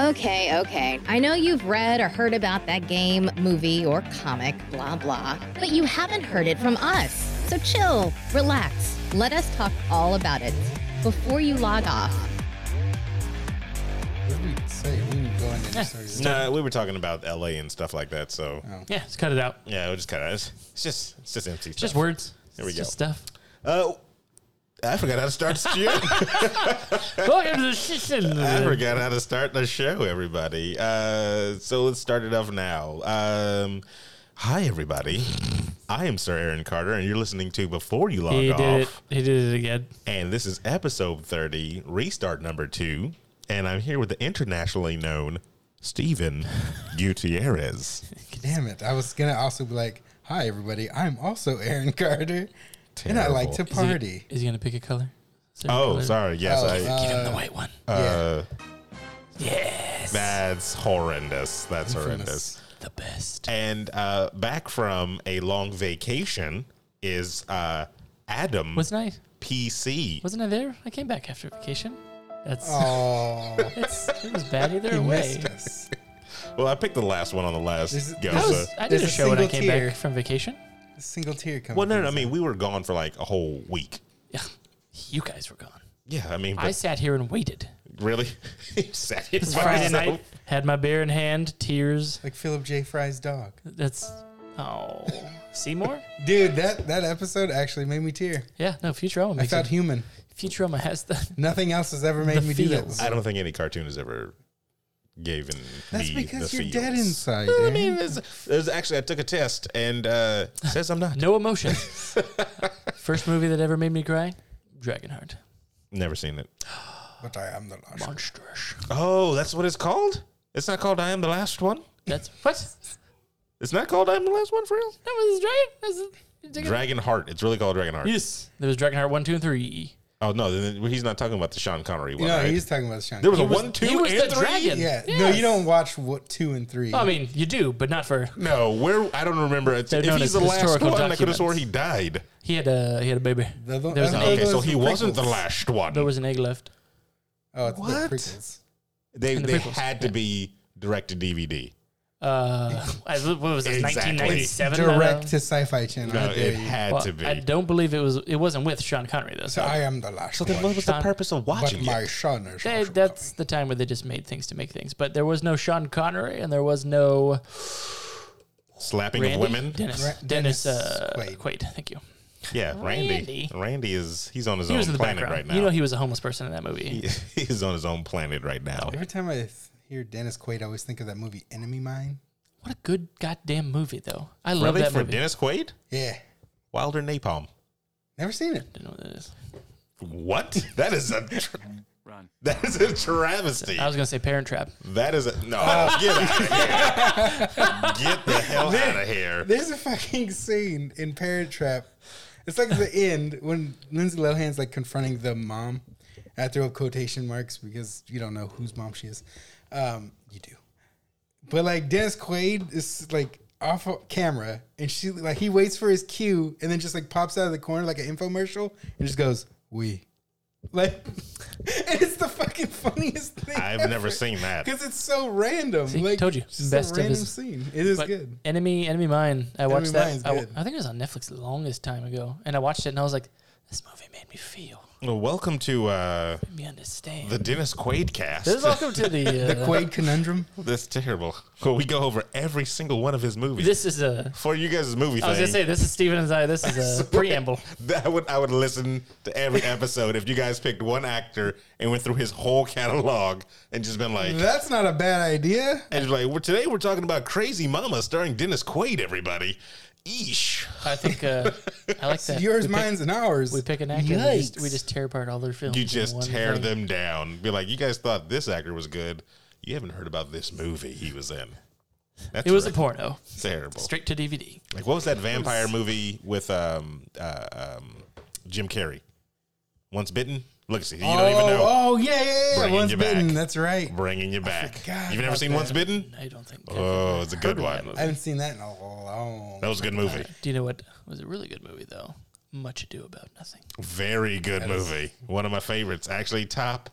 Okay, okay. I know you've read or heard about that game, movie, or comic, blah, blah, but you haven't heard it from us. So chill, relax, let us talk all about it before you log off. What did we say? We didn't go in there and started. No, we were talking about LA and stuff like that. So Yeah, let's cut it out. yeah, we'll just kind of it's, it's just it's just empty. Just stuff. words. There we It's go. Just stuff. Uh, I forgot how to start the show. Welcome to the session. I forgot how to start the show, everybody. Uh, so let's start it off now. Um, hi, everybody. I am Sir Aaron Carter, and you're listening to Before You Log He Off. did it. He did it again. And this is episode 30, restart number two. And I'm here with the internationally known Stephen Gutierrez. Damn it. I was going to also be like, hi, everybody. I'm also Aaron Carter. And I like to Terrible. Is he- party. Is he gonna pick a color? Is there a Oh, color? sorry. Yes, Oh, I. uh, Give him the white one. uh, yes. That's horrendous. That's horrendous. the best. And uh, back from a long vacation is uh, Adam Wasn't I? PC. Wasn't I there? I came back after vacation. That's. Oh, It's, it was bad either you way. missed us. Well, I picked the last one on the This last is- go. I, That so- was, I There's did a a show when I single came tear. back from vacation. A single tear coming. well, no, no, I from his mean, we were gone for like a whole week. Yeah, you guys were gone. Yeah, I mean, but I sat here and waited. really? You sat here It was by Friday yourself. night. Had my beer in hand. Tears. eye. Like Philip J. Fry's dog. That's. Oh, Seymour. Dude, that, that episode actually made me tear. Yeah, no, Futurama I makes felt it. human. Futurama has the. Nothing else has ever made The me do feels. that. I don't think any cartoon has ever given That's me because the you're dead feels. inside. eh? I Aaron. mean, there's, there's actually I took a test and uh, it says I'm not. No emotion. First movie that ever made me cry? Dragonheart. Never seen it. but I am the last. Monstrous. Oh, that's what it's called. It's not called I am the last one. That's what? It's not called I am the last one for real. That was Dragon. That was Dragon Heart. It's really called Dragon Heart. Yes. There was Dragonheart one, two, and three. Oh no, then he's not talking about the Sean Connery one. No, right? he's talking about Sean. there was a was- one, two, he was and the three. dragon. yeah. No, Yes. you don't watch what two and three. I mean, you do, but not for. No, where I don't remember. It's, They're if known he's as the last historical one, I could have documents. swore he died. He had a he had a baby. The- the- there was an Oh, Okay, egg. those so are he the wasn't the prequels. last one. There was an egg left. oh, it's the What? prequels. they in the they prequels, had to be direct to DVD. Uh, I- what was this? Exactly. Nineteen ninety seven. uh, direct to Sci-Fi Channel. No, How dare Uh, it you. had to be. I don't believe it was. It wasn't with Sean Connery though. so So I am the last. so then, one, what was the Sean- purpose of but watching my it? son is. They- also that's the time where they just made things to make things. But there was no Sean Connery, and there was no Slapping Randy of women. Dennis Ra- Dennis, Dennis uh, Quaid. Quaid. Thank you. Yeah, Randy. Randy. Randy. is he's on his He own was in the planet background. right now. You know he was a homeless person in that movie. he's on his own planet right now. coming. Every time I th- hear Dennis Quaid, I always think of that movie Enemy Mine. What a good goddamn movie though. I love Really that for movie. Dennis Quaid? Yeah, Wilder Napalm. never seen it. Didn't know what that is. What? That is a tra- Run. that is a travesty. I was gonna say Parent Trap. That is a no. get out of here. Get the hell out of here. There's a fucking scene in Parent Trap. It's like the end when Lindsay Lohan's like confronting the mom. I throw up quotation marks because you don't know whose mom she is. Um, you do. But like Dennis Quaid is like off of camera and she like he waits for his cue and then just like pops out of the corner like an infomercial and just goes, We. Like and it's the fucking funniest thing. I've never seen that. because it's so random. See, like told you. it's just Best a of random his- scene. It is But good. Enemy Enemy Mine. I watched Mine's that. I, good. I think it was on Netflix the longest time ago, and I watched it and I was like, this movie made me feel, Well, welcome to uh, made me understand. the Dennis Quaid cast. this is welcome to the. Uh, Quaid conundrum. That's terrible. Well, we go over every single one of his movies. This is a. for you guys' movie I was thing, gonna say this is Steven and I. This is a preamble. that I would I would listen to every episode if you guys picked one actor and went through his whole catalog and just been like, That's not a bad idea. and just like well, today we're talking about Crazy Mama starring Dennis Quaid. Everybody, eesh. I think uh, I like that. Yours, we pick, mine's, and ours. We pick an actor. And we, just, we just tear apart all their films. You in just one tear thing. them down. Be like, you guys thought this actor was good. You haven't heard about this movie he was in. That's It was a right. porno, terrible. straight to DVD. Like, what was that vampire movie with um, uh, um, Jim Carrey? Once bitten. Look, see, you oh, don't even know. Oh yeah, yeah, yeah. Bringing Once you bitten. back. That's right. Bringing you back. forgot You've never about seen that. Once Bitten? I don't think. Oh, it's a good heard of that one. I haven't seen that in a long. That was a good movie. Do you know what was a really good movie though? Much Ado About Nothing. Very good movie. One of my favorites. Actually, top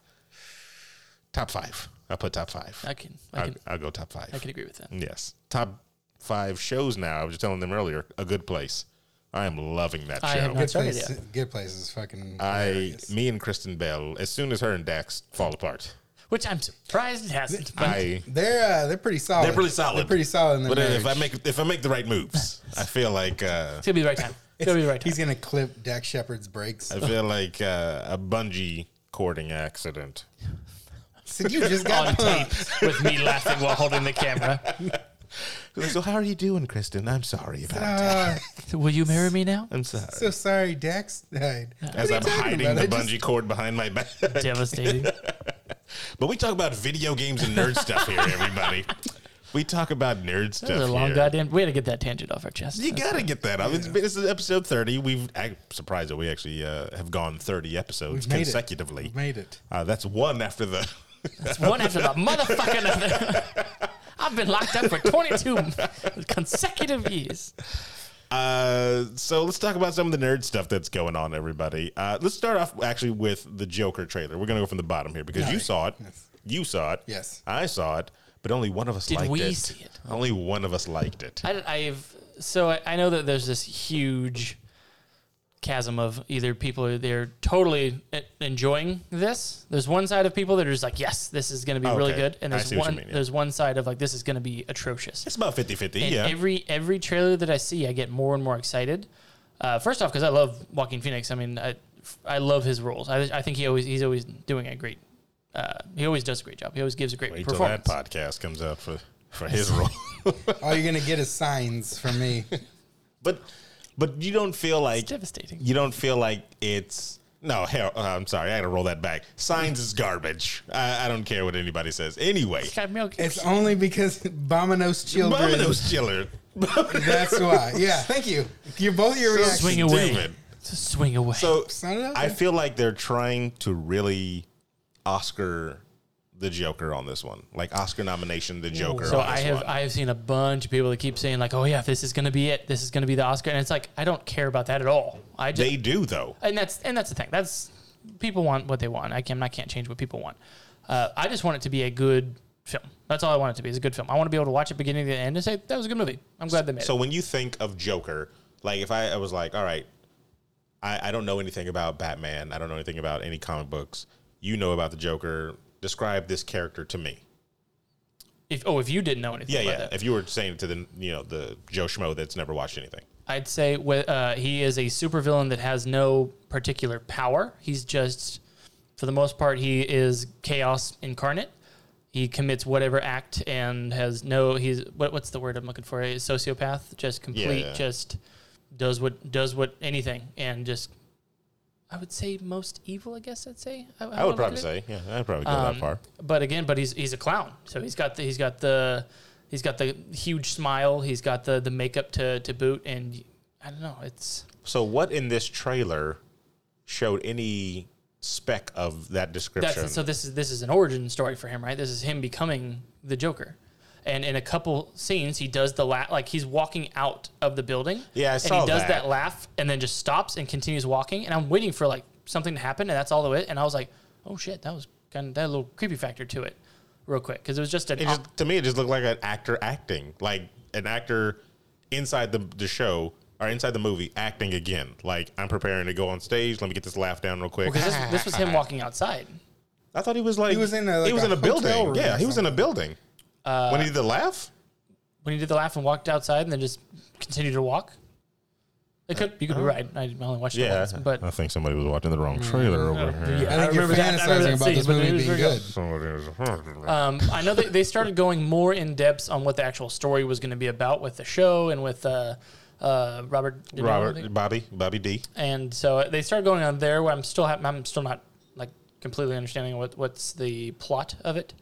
Top five. I put top five. I can- I I can- will go top five. I can agree with that. Yes. Top five shows now. I was just telling them earlier. A good place. I am loving that I show. have not Good started place, yet. good place is fucking. I, hilarious. me and Kristen Bell, as soon as her and Dax fall apart, Which I'm surprised it hasn't. But I They're uh, they're pretty solid. they're pretty solid. They're pretty solid in their But uh, if I marriage. make if I make the right moves, I feel like uh, it's gonna be the right time. It's gonna be the right time. He's gonna clip Dak Shepard's brakes. I feel like uh, a bungee cording accident. Said you just on got tape with me laughing while holding the camera. So how are you doing, Kristen? I'm sorry about that. Uh, Will you marry me now? I'm sorry. so sorry, Dax died. As I'm hiding the about? I bungee just- cord behind my back. Devastating. But we talk about video games and nerd stuff here, everybody. We talk about nerd stuff. That was a long here. goddamn. We had to get that tangent off our chest. You gotta get that up. It's been, this is episode thirty. We've I'm surprised that we actually uh, have gone thirty episodes We've made it. consecutively. We've made it. Uh, that's one after the. It's one after the motherfucking other. I've been locked up for 22 consecutive years. Uh, so let's talk about some of the nerd stuff that's going on, everybody. Uh, let's start off actually with the Joker trailer. We're gonna go from the bottom here because you saw it. You saw it. Yes. I saw it, but only one of us liked we it. see it? Only one of us liked it. I, I've so I, I know that there's this huge chasm of either people who they're totally e- enjoying this. There's one side of people that are just like, yes, this is going to be really Oh, Okay. good, and I there's see what you one mean, yeah. there's one side of like this is going to be atrocious. it's about 50-50, And Yeah. every every trailer that I see, I get more and more excited. Uh, first off, because I love Joaquin Phoenix. I mean, I, I love his roles. I, I think he always he's always doing a great. Uh, he always does a great job. He always gives a great Wait till performance. that podcast comes out for for his role. All Oh, you're gonna get is signs from me. but but you don't feel like Devastating. you don't feel like it's no hell uh, i'm sorry i gotta roll that back signs is garbage I, I don't care what anybody says anyway God, milk. It's only because Bomino's children. Domino's chiller That's why. Yeah. Thank you. You both your reactions. swing away. Stupid. Just swing away. so Sign it up. i feel like they're trying to really oscar the joker on this one like oscar nomination the joker So on I this have one. I have seen a bunch of people that keep saying like, oh yeah, this is gonna be it. This is gonna be the Oscar, and it's like I don't care about that at all. I just they do though and that's and that's the thing. That's people want what they want. I can I can't change what people want. Uh, I just want it to be a good film. That's all I want it to be. It's a good film. I want to be able to watch it beginning to the end and say that was a good movie. I'm glad they made So it. when you think of Joker, like if I, I was like, all right, I, I don't know anything about Batman. I don't know anything about any comic books. You know about the Joker. Describe this character to me. If oh, if you didn't know anything Yeah, about yeah. that, If you were saying it to the you know the Joe Schmo that's never watched anything, I'd say wh- uh, he is a supervillain that has no particular power. He's just, for the most part, he is chaos incarnate. He commits whatever act and has no. He's what, what's the word I'm looking for? A sociopath, just complete, Yeah. just does what does what anything and just. I would say most evil. I guess I'd say. I, I would probably say, yeah, I'd probably go that far. But again, but he's he's a clown. So he's got the he's got the he's got the huge smile. He's got the the makeup to to boot, and I don't know. It's So what in this trailer showed any speck of that description? That's, so this is this is an origin story for him, right? This is him becoming the Joker. And in a couple scenes, he does the laugh, like he's walking out of the building. Yeah, I and saw he does that. that. laugh, and then just stops and continues walking. And I'm waiting for like something to happen, and that's all the way. And I was like, oh shit, that was kind of that little creepy factor to it, real quick, because it was just an It op- just to me, it just looked like an actor acting, like an actor inside the the show or inside the movie acting again. Like I'm preparing to go on stage. Let me get this laugh down real quick. because this, this was him walking outside. I thought he was like He was in a- he like was a in a hotel building. room Yeah, or he was in a building Uh, when he did the laugh. When he did the laugh and walked outside, and then just continued to walk. It could you could be right. I only watched it once, but Mm. Oh. I think somebody was watching the wrong trailer over here. Yeah, I think you're remember that- I remember fantasizing that about scene, this but it movie was being very good. good. Somebody was- hmm. Um, I know they, they started going more in depth on what the actual story was going to be about with the show and with uh, uh, Robert. De Niro, I Robert, think. Bobby, Bobby D. And so uh, they started going on there. Where I'm still ha- I'm still not like completely understanding what what's the plot of it.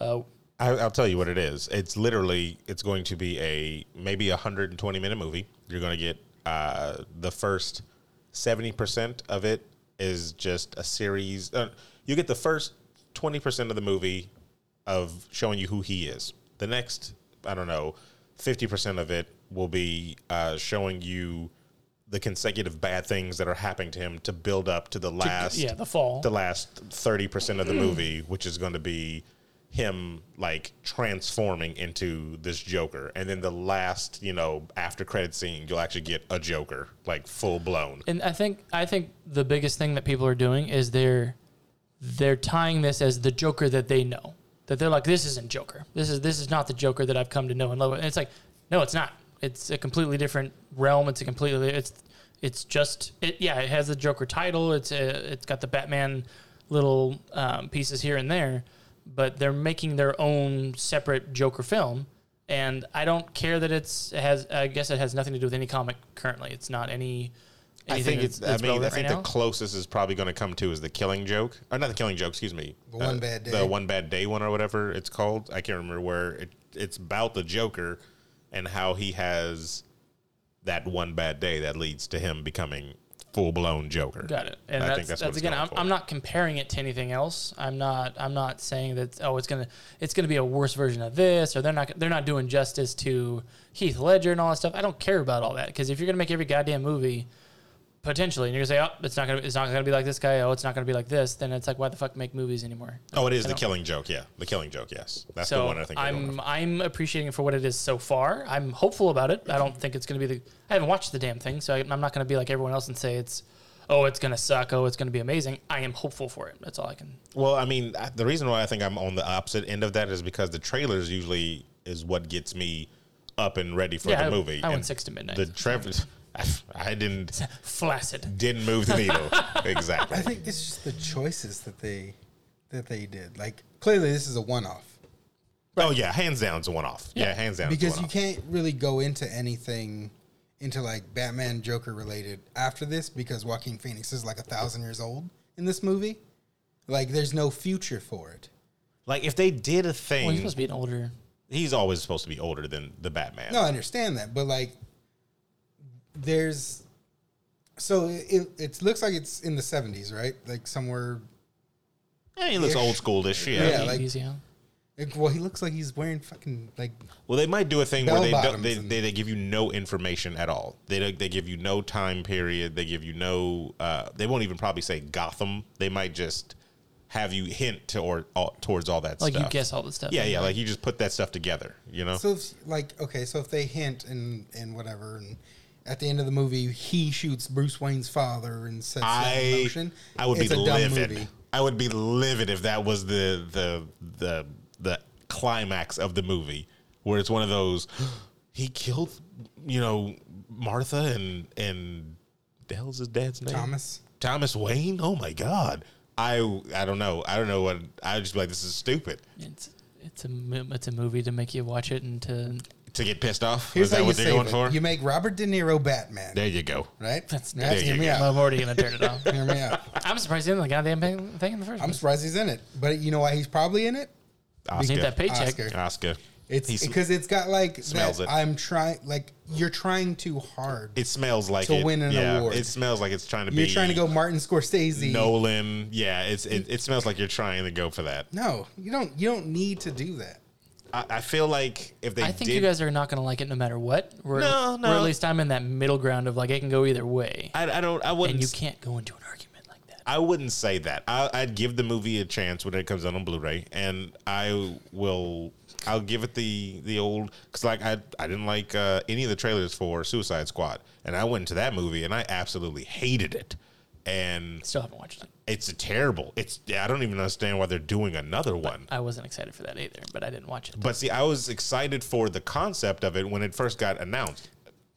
Uh, I, I'll tell you what it is. It's literally it's going to be a maybe a hundred and twenty minute movie. You're going to get uh, the first seventy percent of it is just a series. Uh, you get the first twenty percent of the movie of showing you who he is. The next, I don't know, fifty percent of it will be uh, showing you the consecutive bad things that are happening to him to build up to the last yeah, the fall. the last 30% of the movie which is going to be him like transforming into this joker and then the last you know after credit scene you'll actually get a joker like full blown and I think I think the biggest thing that people are doing is they're they're tying this as the Joker that they know. That they're like, this isn't Joker. This is this is not the Joker that I've come to know and love. And it's like, no, it's not. It's a completely different realm. It's a completely it's it's just it, yeah. It has the Joker title. It's a, it's got the Batman little um, pieces here and there, but they're making their own separate Joker film. And I don't care that it's it has. I guess it has nothing to do with any comic currently. It's not any. i anything think it's that's- that's i mean i relevant think right the now. closest is probably going to come to is the killing joke or not the killing joke excuse me Uh, The One Bad Day. the one bad day one or whatever it's called i can't remember where it, it's about the joker and how he has that one bad day that leads to him becoming full-blown joker Got it. And I that's, think that's that's, what it's again. going I'm, for. I'm not comparing it to anything else. I'm not. I'm not saying that. Oh, it's gonna. It's gonna be a worse version of this, or they're not. They're not doing justice to Heath Ledger and all that stuff. I don't care about all that because if you're gonna make every goddamn movie, potentially, and you're gonna say, oh, it's not gonna. It's not gonna be like this guy. Oh, it's not gonna be like this. Then it's like, why the fuck make movies anymore? Oh, it is I the don't- killing joke. Yeah, the killing joke. Yes, that's the so one I think. they're going I'm with. I'm appreciating it for what it is so far. I'm hopeful about it. I don't think it's going to be the. I haven't watched the damn thing, so I, I'm not going to be like everyone else and say it's, oh, it's going to suck. Oh, it's going to be amazing. I am hopeful for it. That's all I can. Well, I mean, I- the reason why I think I'm on the opposite end of that is because the trailers usually is what gets me up and ready for Yeah, the I- movie. I went And six to midnight. The trailers, I, I didn't Flaccid. didn't move the needle exactly. I think it's just the choices that they that they did. Like clearly, this is a one-off Oh yeah, hands down, it's a one off. Yeah, hands down, it's a because you one-off. can't really go into anything into like Batman Joker related after this because Joaquin Phoenix is like a thousand years old in this movie. Like, there's no future for it. Like if they did a thing, Well, he's he's, supposed to be an older. always supposed to be older than the Batman. No, I understand that, but like, there's so it, it looks like it's in the 70s, right? Like somewhere. Eh, he looks Yeah. old school this year. Yeah, like- He's- yeah. like, well, he looks like he's wearing fucking like Well, they might do a thing where they, Bell don't, they, bottoms and- they they give you no information at all. They don't- they give you no time period. They give you no. Uh, they won't even probably say Gotham. They might just have you hint to or all, towards all that Like stuff. you guess all the stuff. Yeah, yeah. Like you just put that stuff together. You know. So if, like okay, so if they hint and and whatever, and at the end of the movie he shoots Bruce Wayne's father and sets that in I motion. I would it's be a dumb livid. movie. I would be livid if that was the the the the climax of the movie, where it's one of those he killed, you know, Martha and and the hell's his dad's name Thomas. Thomas Wayne. Oh my God. I I don't know. I don't know what I would just be like. This is stupid It's it's a mo- it's a movie to make you watch it and to. to get pissed off. Here's is that how what you they're going save it. for? You make Robert De Niro Batman, there you go. right? That's- Right? there Hear you me go. out. I'm already going to turn it off. Hear me out. I'm surprised he didn't the goddamn thing thing in the first. I'm place. surprised he's in it, but you know why he's probably in it? Oscar. Need that paycheck. Oscar. Oscar. It's He's- because it's got like smells that it. I'm trying like you're trying too hard. It smells like To it- win an yeah, award. It smells like it's trying to you're be. trying to go Martin Scorsese. Nolan. Yeah, it's it, it smells like you're trying to go for that. no, you don't. You don't need to do that. I, I feel like if they I think did, you guys are not going to like it no matter what. We're, No, Or no. at least I'm in that middle ground of like it can go either way, I, I don't. I and wouldn't. you can't go into an argument like that. I wouldn't say that. I, I'd give the movie a chance when it comes out on Blu-ray, and I will. I'll give it the the old because like I I didn't like uh, any of the trailers for Suicide Squad, and I went to that movie and I absolutely hated it, and Still haven't watched it. it's a terrible. It's I don't even understand why they're doing another one. I wasn't excited for that either, but I didn't watch it. But see, I was excited for the concept of it when it first got announced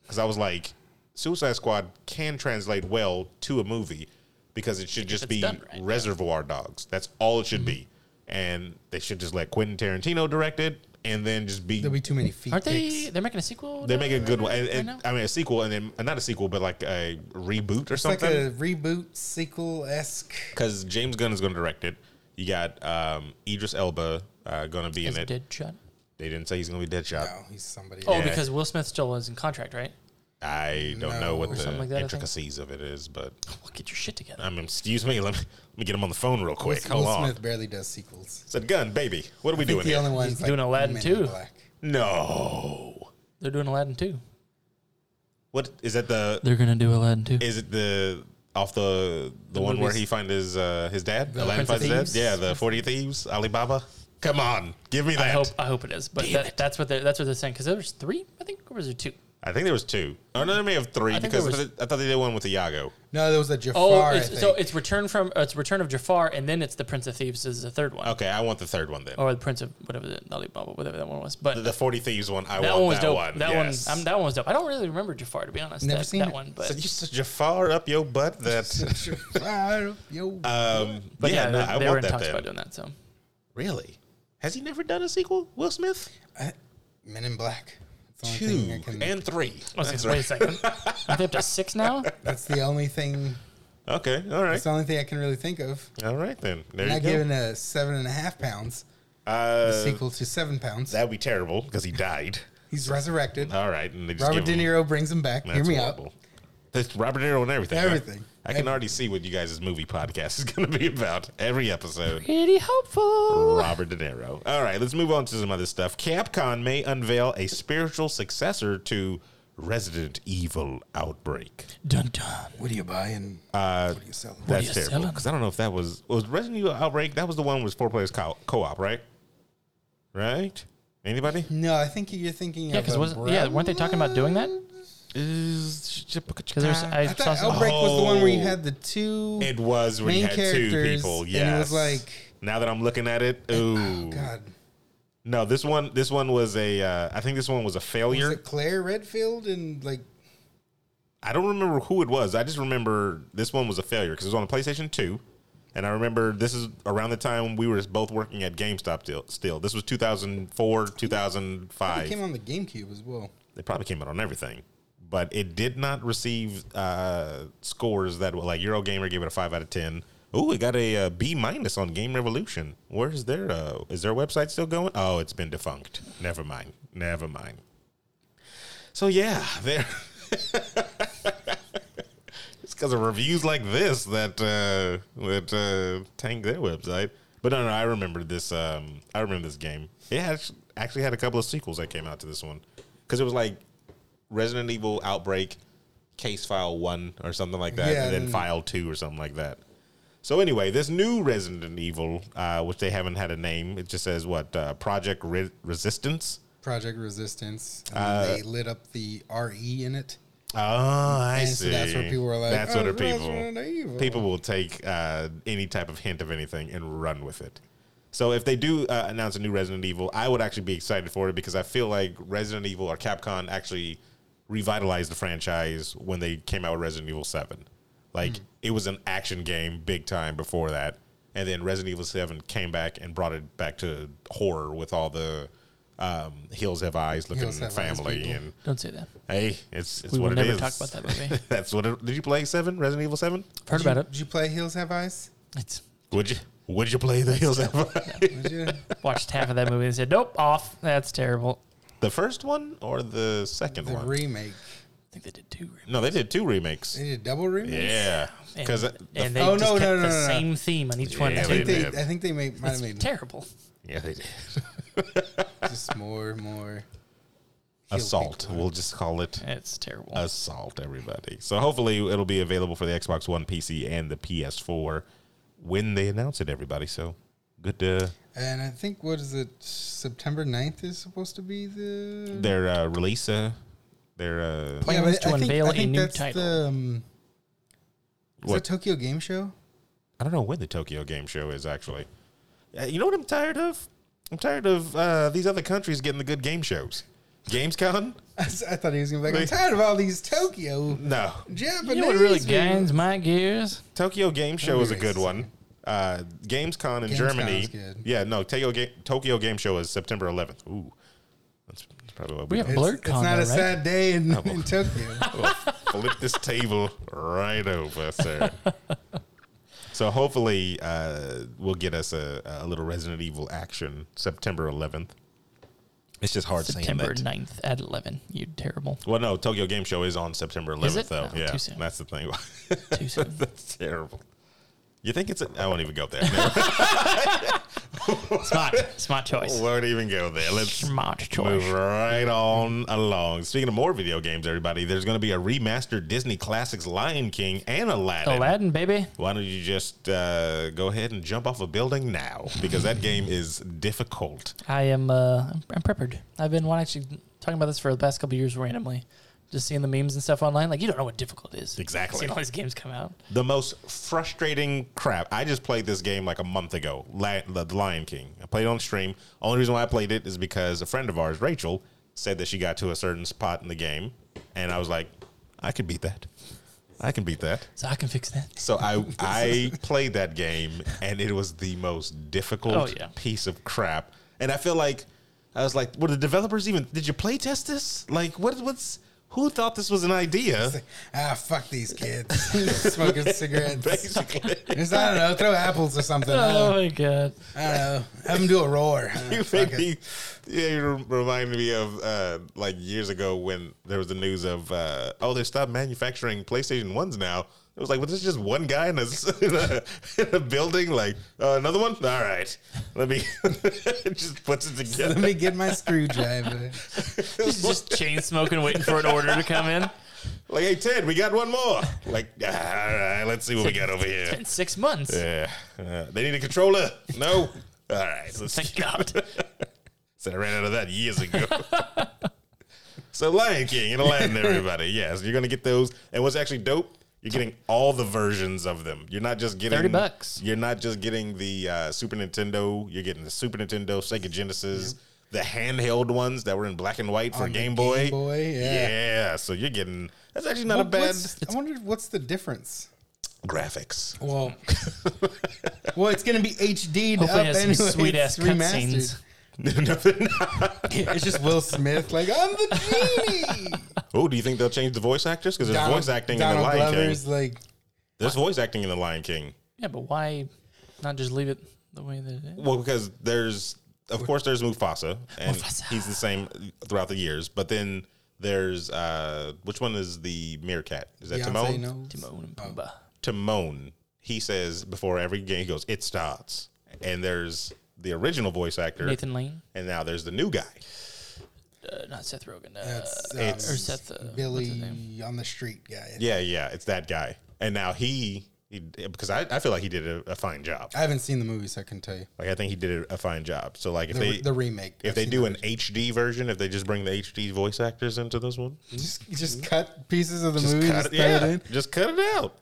because I was like, Suicide Squad can translate well to a movie because it should just it's be done right, yeah. Mm-hmm. Reservoir Dogs. That's all it should be, and they should just let Quentin Tarantino direct it, and then just be. There'll be too many feet. Aren't they? pics. They're making a sequel. they to- make a good one. And, right and- now? I mean, a sequel, and then not a sequel, but like a reboot or It's like something. a reboot sequel esque. Because James Gunn is going to direct it. You got um, Idris Elba uh, going to be Is in it. Deadshot? They didn't say he's going to be Deadshot. No, he's somebody. Oh, else. because Will Smith still is in contract, right? I don't know what No. Or the something like that, I think. intricacies of it is, but Well, get your shit together. I mean, excuse me. Let me let me get him on the phone real quick. Will Hold on. Smith barely does sequels. Said, "Gun, baby, what are we I think doing the here?" only one's like doing Aladdin Men in too. Black. no, They're doing Aladdin too. What is that? The They're gonna do Aladdin too. is it the off the the, one where movies. he find his uh, his dad? The Aladdin Prince of Thieves? finds his dad. Yeah, the Forty Thieves, Alibaba. Come on, give me that. I hope I hope it is, but that, that's what they're, that's what they're saying because there's three, I think, or was there two? I think there was two. Oh no, there may have three I think because there I was- thought- I thought they did one with Iago. No, there was a Jafar. Oh, I it's, so think. it's Return from uh, it's Return of Jafar, and then it's the Prince of Thieves is the third one, Okay, I want the third one then. or the Prince of whatever the Alibaba, whatever that one was. But The, the Forty Thieves one. I that want one was that dope. one. That Yes. one, I'm, that one was dope. I don't really remember Jafar to be honest. Never that, seen that it. one, but so you just Jafar up your butt. That. Jafar, yo. Um, but yeah, no, they, I they were want in that talks then. about doing that. So Really? Has he never done a sequel? Will Smith? I- Men in Black. That's the, only Two thing I can, and three. I was gonna say, wait a second, are they up to six now? that's the only thing. Okay. All right. That's the only thing I can really think of. All right then. There Not you go. giving a seven and a half pounds uh, sequel to seven pounds. that'd be terrible because he died. He's resurrected. All right. And they just Robert give De him- Niro brings him back. That's Hear me out. horrible. That's Robert De Niro and everything. huh? Everything. I can already see what you guys' movie podcast is going to be about every episode. Pretty hopeful. Robert De Niro. All right, let's move on to some other stuff. Capcom may unveil a spiritual successor to Resident Evil Outbreak. Dun dun. What are you buying? Uh, what are you selling? That's you terrible. selling? Because I don't know if that was was Resident Evil Outbreak. That was the one with four players co- op right? Right? Anybody? No, I think you're thinking Yeah, of. because a was yeah, weren't they talking about doing that? Is Because there's I, I saw thought some, Outbreak was the one where you Oh. had the two. it was when you Main had two characters, people. and Yes. it was like- oh, now that I'm looking at it, ooh, God. no. This one, this one was a. Uh, I think this one was a Was failure. it Claire Redfield and like I don't remember who it was. I just remember this one was a failure because it was on a PlayStation 2. And I remember this is around the time we were both working at GameStop still. still. This was 2004, it 2005. came on the GameCube as well. they probably came out on everything. But it did not receive uh, scores that were like Eurogamer gave it a 5 out of 10. Ooh, it got a uh, B minus on Game Revolution. Where's their uh, is their website still going? Oh, it's been defunct. Never mind. Never mind. So yeah, there. it's because of reviews like this that uh, that uh, tank their website. But no, no, I remember this. Um, I remember this game. It has, actually had a couple of sequels that came out to this one because it was like Resident Evil Outbreak, Case File One or something like that, Yeah, and then and- File Two or something like that. So anyway, this new Resident Evil, uh, which they haven't had a name, it just says what uh, Project Re- Resistance. Project Resistance. And Uh, they lit up the RE in it. Oh, I And see. so that's where people were like, That's "Oh, what are it's people. Resident Evil." People will take uh, any type of hint of anything and run with it. So if they do uh, announce a new Resident Evil, I would actually be excited for it because I feel like Resident Evil or Capcom actually revitalized the franchise when they came out with Resident Evil Seven. Mm. Like it was an action game, big time before that, and then Resident Evil Seven came back and brought it back to horror with all the um, Hills Have Eyes looking Hills Have Eyes family people. and Don't say that. Hey, it's it's We will what it is. never talk about that movie. That's what. It, did you play Seven? Resident Evil Seven? I've heard Did you- about it. Did you play Hills Have Eyes? It's Would you Would you play the Hills Have Eyes? Did you? watched half of that movie and said, "Nope, off. That's terrible." The first one or the second the one? remake. I think they did two. no, they did two remakes. They did a double remake. Yeah, And- because and they Oh, just no, kept no, no, the no, no. same theme on each one. I Yeah, That's they think what- they, did. I think they made, might have It's made terrible. yeah they did. just more, more. heal Assault. people. We'll just call it It's terrible. Oh, Assault. Everybody. So hopefully it'll be available for the Xbox One, PC, and the PS4 when they announce it. Everybody. So good to And I think what is it? September 9th is supposed to be the their uh, release. Uh, their uh, Plans but to unveil a new title. The, um, is What? that Tokyo Game Show? I don't know when the Tokyo Game Show is actually. Uh, you know what I'm tired of? I'm tired of uh, these other countries getting the good game shows. GamesCon? I, s- I thought he was gonna be like, I'm Wait. tired of all these Tokyo No. Japanese. you know what really movies." grinds my gears? Tokyo Game Show be is a good racist. one. Uh, GamesCon in GamesCon Germany. is good. Yeah, no, Tokyo Game, Tokyo Game Show is September 11th. Ooh. That's that's probably what We we have have. It's, Blurred it's Con, not a though, right? sad day in, well. in Tokyo. Flip this table right over, sir. so hopefully uh, we'll get us a, a little Resident Evil action September 11th. It's just hard September saying that. 9th at 11. You terrible. Well, no, Tokyo Game Show is on September 11th, Is it? though. Oh, yeah, too soon. that's the thing. Too soon. that's terrible. You think it's? A, I won't even go there. Smart, smart Oh, choice. Won't even go there. Let's Smart choice. move right on along. Speaking of more video games, everybody, there's going to be a remastered Disney classics Lion King and Aladdin. Aladdin, baby. Why don't you just uh, go ahead and jump off a building now? Because that game is difficult. I am. Uh, I'm, I'm prepared. I've been wanting actually talking about this for the past couple of years randomly, just seeing the memes and stuff online. Like you don't know what difficult it is. Exactly. Seeing all these games come out. The most frustrating crap. I just played this game like a month ago, La- The Lion King. I played it on stream. Only reason why I played it is because a friend of ours, Rachel, said that she got to a certain spot in the game, and I was like, I could beat that. I can beat that. So I can fix that. So I I played that game and it was the most difficult Oh, yeah. piece of crap. And I feel like I was like, were the developers even did you play test this? Like what what's who thought this was an idea? Ah, fuck these kids smoking cigarettes. Basically. Just, I don't know. Throw apples or something. I Oh don't, my god. I don't know. Have them do a roar. you Fuck make it. me, yeah, you rem- remind me of uh, like years ago when there was the news of uh, oh they stopped manufacturing PlayStation ones now. It was like, well, there's just one guy in a, s- in a, in a building. Like uh, another one. All right, let me just puts it together. Let me get my screwdriver. She's just chain smoking, waiting for an order to come in. Like, hey Ted, we got one more. Like, "Ah, all right, let's see what we got over here. In six months. Yeah, uh, they need a controller. No. All right, let's Thank God. So I ran out of that years ago. so Lion King and Aladdin, everybody. Yes, you're gonna get those. And what's actually dope, you're getting all the versions of them. You're not just getting 30 bucks. You're not just getting the uh, Super Nintendo. You're getting the Super Nintendo, Sega Genesis, the handheld ones that were in black and white for On the Game Boy. Game Boy, yeah. Yeah, So you're getting that's actually not a What- bad what's- I wonder what's the difference. graphics. Well, well, it's gonna be HD would up Hopefully it has some anyway. sweet-ass It's remastered. cutscenes. Nothing. It's just Will Smith, like I'm the genie. oh, do you think they'll change the voice actors? Because there's Donald- voice acting in Donald the Lion Glover's King. like There's voice acting in the Lion King. Yeah, but why not just leave it the way that it is? Well, because there's, of course, there's Mufasa, and Mufasa. he's the same throughout the years. But then there's uh, which one is the meerkat? Is that Beyonce Timon? knows. Timon and Pumbaa. Timon. He says before every game, he goes, "It starts," and there's the original voice Er. actor, Nathan Lane, and now there's the new guy. uh, not Seth Rogen. Uh, That's, um, or Seth. Uh, what's his name? Billy on the street guy. Yeah, yeah, it's that guy. And now he, he because I, I feel like he did a, a fine job. I haven't seen the movie, so I can tell you Like I think he did a, a fine job. So like if the, they the remake. if I've they seen do that. an HD version, if they just bring the HD voice actors into this one, just, just cut pieces of the Mm-hmm. just movie, cut just it, throw yeah, it in. just cut it out.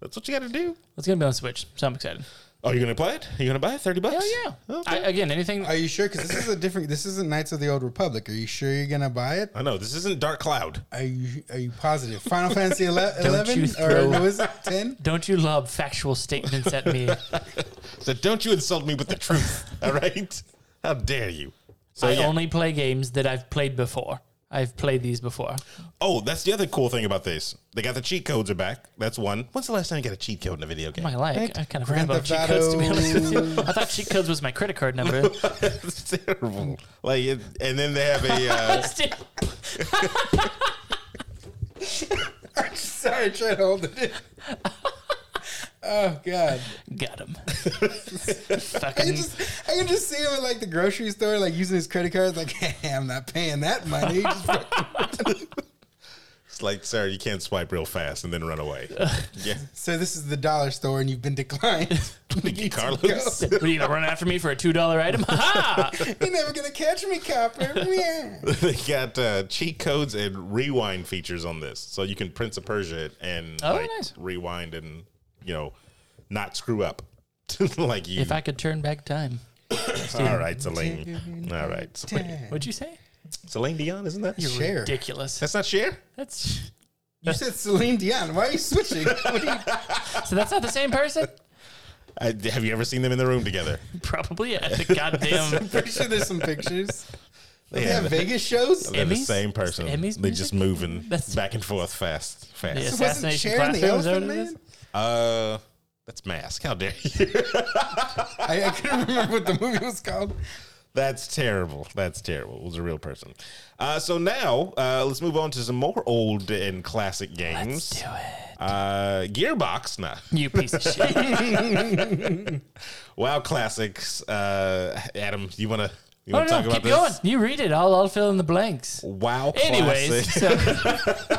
That's what you got to do. It's gonna be on Switch, so I'm excited. Oh, you're gonna play it? Are you gonna buy it? Thirty bucks? Oh yeah. Okay. I, again, anything. Are you sure? Because this is a different. This isn't Knights of the Old Republic. Are you sure you're gonna buy it? I know this isn't Dark Cloud. Are you Are you positive? Final Fantasy ele- eleven you or throw- no, is it ten? don't you lob factual statements at me? So don't you insult me with the truth. all right? How dare you? So I yeah. only play games that I've played before. I've played these before. oh, that's the other cool thing about this. They got the cheat codes are back. That's one. When's the last time you got a cheat code in a video game? My life. I kind of forgot Grand about cheat Theft codes to be honest with Auto. you. I thought cheat codes was my credit card number. That's terrible. Like, it, and then they have a. Uh, Sorry, I tried to hold it. in. oh God! Got him. I Fucking can just I can just see him at like the grocery store, like using his credit cards. Like, hey, I'm not paying that money. Just it's like, sir, you can't swipe real fast and then run away. yeah. So this is the dollar store, and you've been declined. You need to Carlos. go. What, Are you gonna run after me for a two dollar item? Ha ha! You're never gonna catch me, copper. Yeah. they got uh, cheat codes and rewind features on this, so you can Prince of Persia it and Oh, like nice. rewind and you know not screw up. like you, If I could turn back time, all right, Celine, all right, Celine, Damn. what'd you say? Celine Dion, isn't that? Cher? Cher. Ridiculous. That's not Cher. That's You said Celine Dion. Why are you switching? What are you- so. That's not the same person. I, have you ever seen them in the room together? Probably at the goddamn I'm pretty sure there's some pictures. They Yeah, have they- Vegas shows. They're the Emmys? same person. Emmys They just moving That's- back and forth, fast, fast. the So wasn't assassination Cher in the classroom. Is that Elephant what it is? Man? Uh, that's Mask. How dare you? I, I couldn't remember what the movie was called. That's terrible. That's terrible. It was a real person. Uh, so now uh, let's move on to some more old and classic games. do it. Uh, Gearbox, nah. You piece of shit. WoW classics. Uh, Adam, you wanna you oh wanna no, talk keep about going. this? You read it. I'll, I'll fill in the blanks. WoW. Anyways, classic. so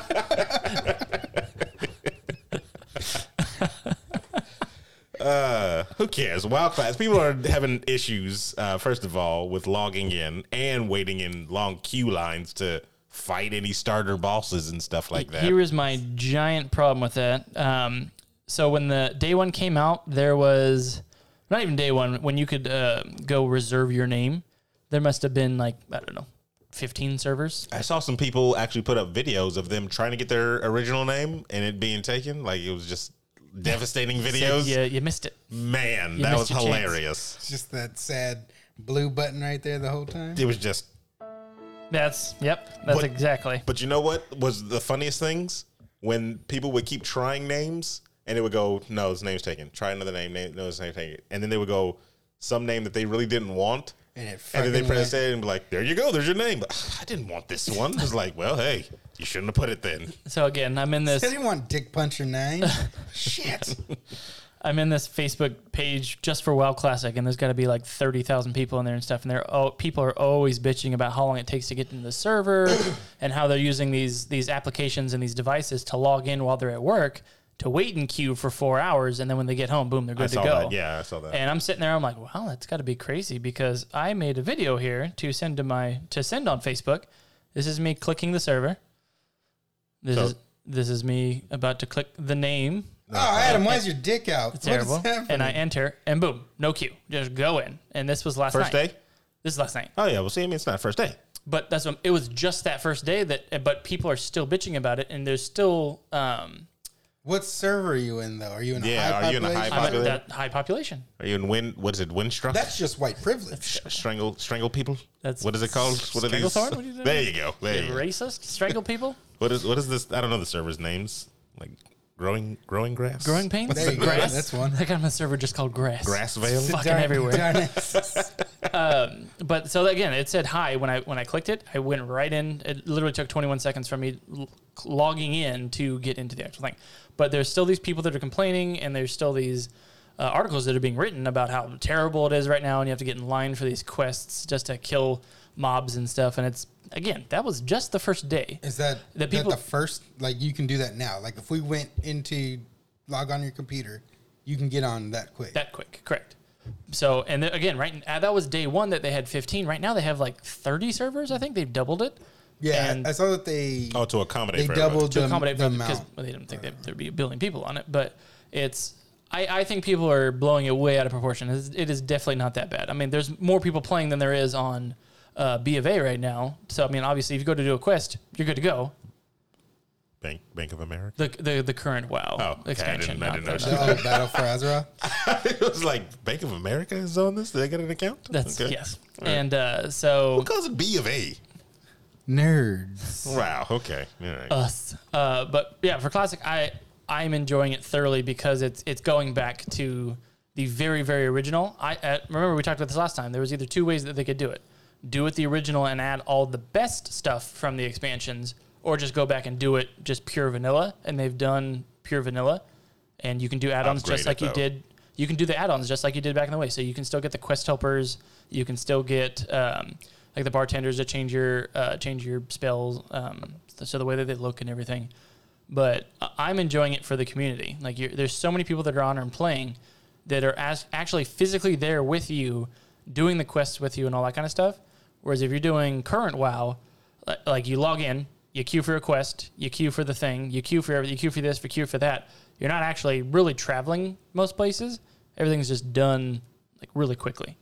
Uh, who cares? WoW class. People are having issues. Uh, first of all, with logging in and waiting in long queue lines to fight any starter bosses and stuff like that. Here is my giant problem with that. Um, so when the day one came out, there was not even day one when you could uh, go reserve your name. There must have been like I don't know, fifteen servers. I saw some people actually put up videos of them trying to get their original name and it being taken. Like it was just devastating videos. Yeah, you missed it. Man, You that was missed your chance. hilarious. It's just that sad blue button right there the whole time. It was just. That's yep. That's What- exactly. But you know what was the funniest things when people would keep trying names and it would go, no, this name's taken. Try another name. name no, this name's taken. And then they would go some name that they really didn't want. And it and then they fucking press went. it and be like, there you go, there's your name. But I didn't want this one. It's like, well, hey, you shouldn't have put it then. So again, I'm in this. I didn't want Dick Puncher Nine. Shit. I'm in this Facebook page just for WoW Classic, and there's got to be like thirty thousand people in there and stuff. And they're oh, people are always bitching about how long it takes to get into the server and how they're using these these applications and these devices to log in while they're at work to wait in queue for four hours, and then when they get home, boom, they're good I to saw go. that. Yeah, I saw that. And I'm sitting there, I'm like, wow, that's got to be crazy because I made a video here to send to my to send on Facebook. This is me clicking the server. This So- is this is me about to click the name Oh, Adam, why's your dick out? What is terrible. happening? And I enter, and boom, no queue, just go in. And this was last First night. day? This is last night. Oh, yeah. Well, see, I mean, it's not first day. But that's what, it was just that first day that. But people are still bitching about it, and there's still um What server are you in though? Are you in a Yeah, high are you in a high population? I'm at Population. that high population. Are you in win? What is it? Windstruck? That's just white privilege. strangle strangle people. That's- what is it called? What are these? Stranglethorn? What do you- There you go. There you go. Racist, strangle people, What is what is this? I don't know the server's names. Like growing growing grass. growing pains, There you go. grass. That's one. I got on a server just called grass. grass veil. Fucking everywhere. Darn it. But so again, it said hi when I when I clicked it. I went right in. It literally took 21 seconds from me l- logging in to get into the actual thing. But there's still these people that are complaining, and there's still these uh, articles that are being written about how terrible it is right now, and you have to get in line for these quests just to kill mobs and stuff. And it's again, that was just the first day. Is that The that people- the first? Like you can do that now. Like if we went into log on your computer, you can get on that quick. that quick, correct? So and then, again, right uh, that was day one that they had 15. Right now they have like 30 servers. I think they've doubled it. yeah, and- I saw that they Oh, to accommodate. they for everybody. doubled to the, accommodate the for because amount. well, they didn't think that there'd be a billion people on it. But it's I, I think people are blowing it way out of proportion. It is, it is definitely not that bad. I mean, there's more people playing than there is on uh, B of A right now. So I mean, obviously, if you go to do a quest, you're good to go. Bank Bank of America. The the, the current WoW Oh, okay. I expansion. didn't, I not didn't know. the- She, Oh, Battle for Azeroth. it was like Bank of America is on this. Did I get an account? That's Okay. yes. And uh, so What calls it B of A? Nerds. Wow. Okay. All right. us. Uh, but yeah, for classic, I I'm enjoying it thoroughly because it's it's going back to the very very original. I uh, remember we talked about this last time. There was either two ways that they could do it: do it the original and add all the best stuff from the expansions, or just go back and do it just pure vanilla. And they've done pure vanilla, and you can do add-ons Upgrade just it, like you though. did. You can do the add-ons just like you did back in the way. So you can still get the quest helpers. You can still get um, like the bartenders to change your uh, change your spells. Um, so the way that they look and everything. But I- I'm enjoying it for the community. Like you're, there's so many people that are on and playing that are as, actually physically there with you, doing the quests with you and all that kind of stuff. Whereas if you're doing current WoW, li- like you log in, you queue for a quest, you queue for the thing, you queue for everything, you queue for this, for queue for that. You're not actually really traveling most places. Everything's just done like really quickly.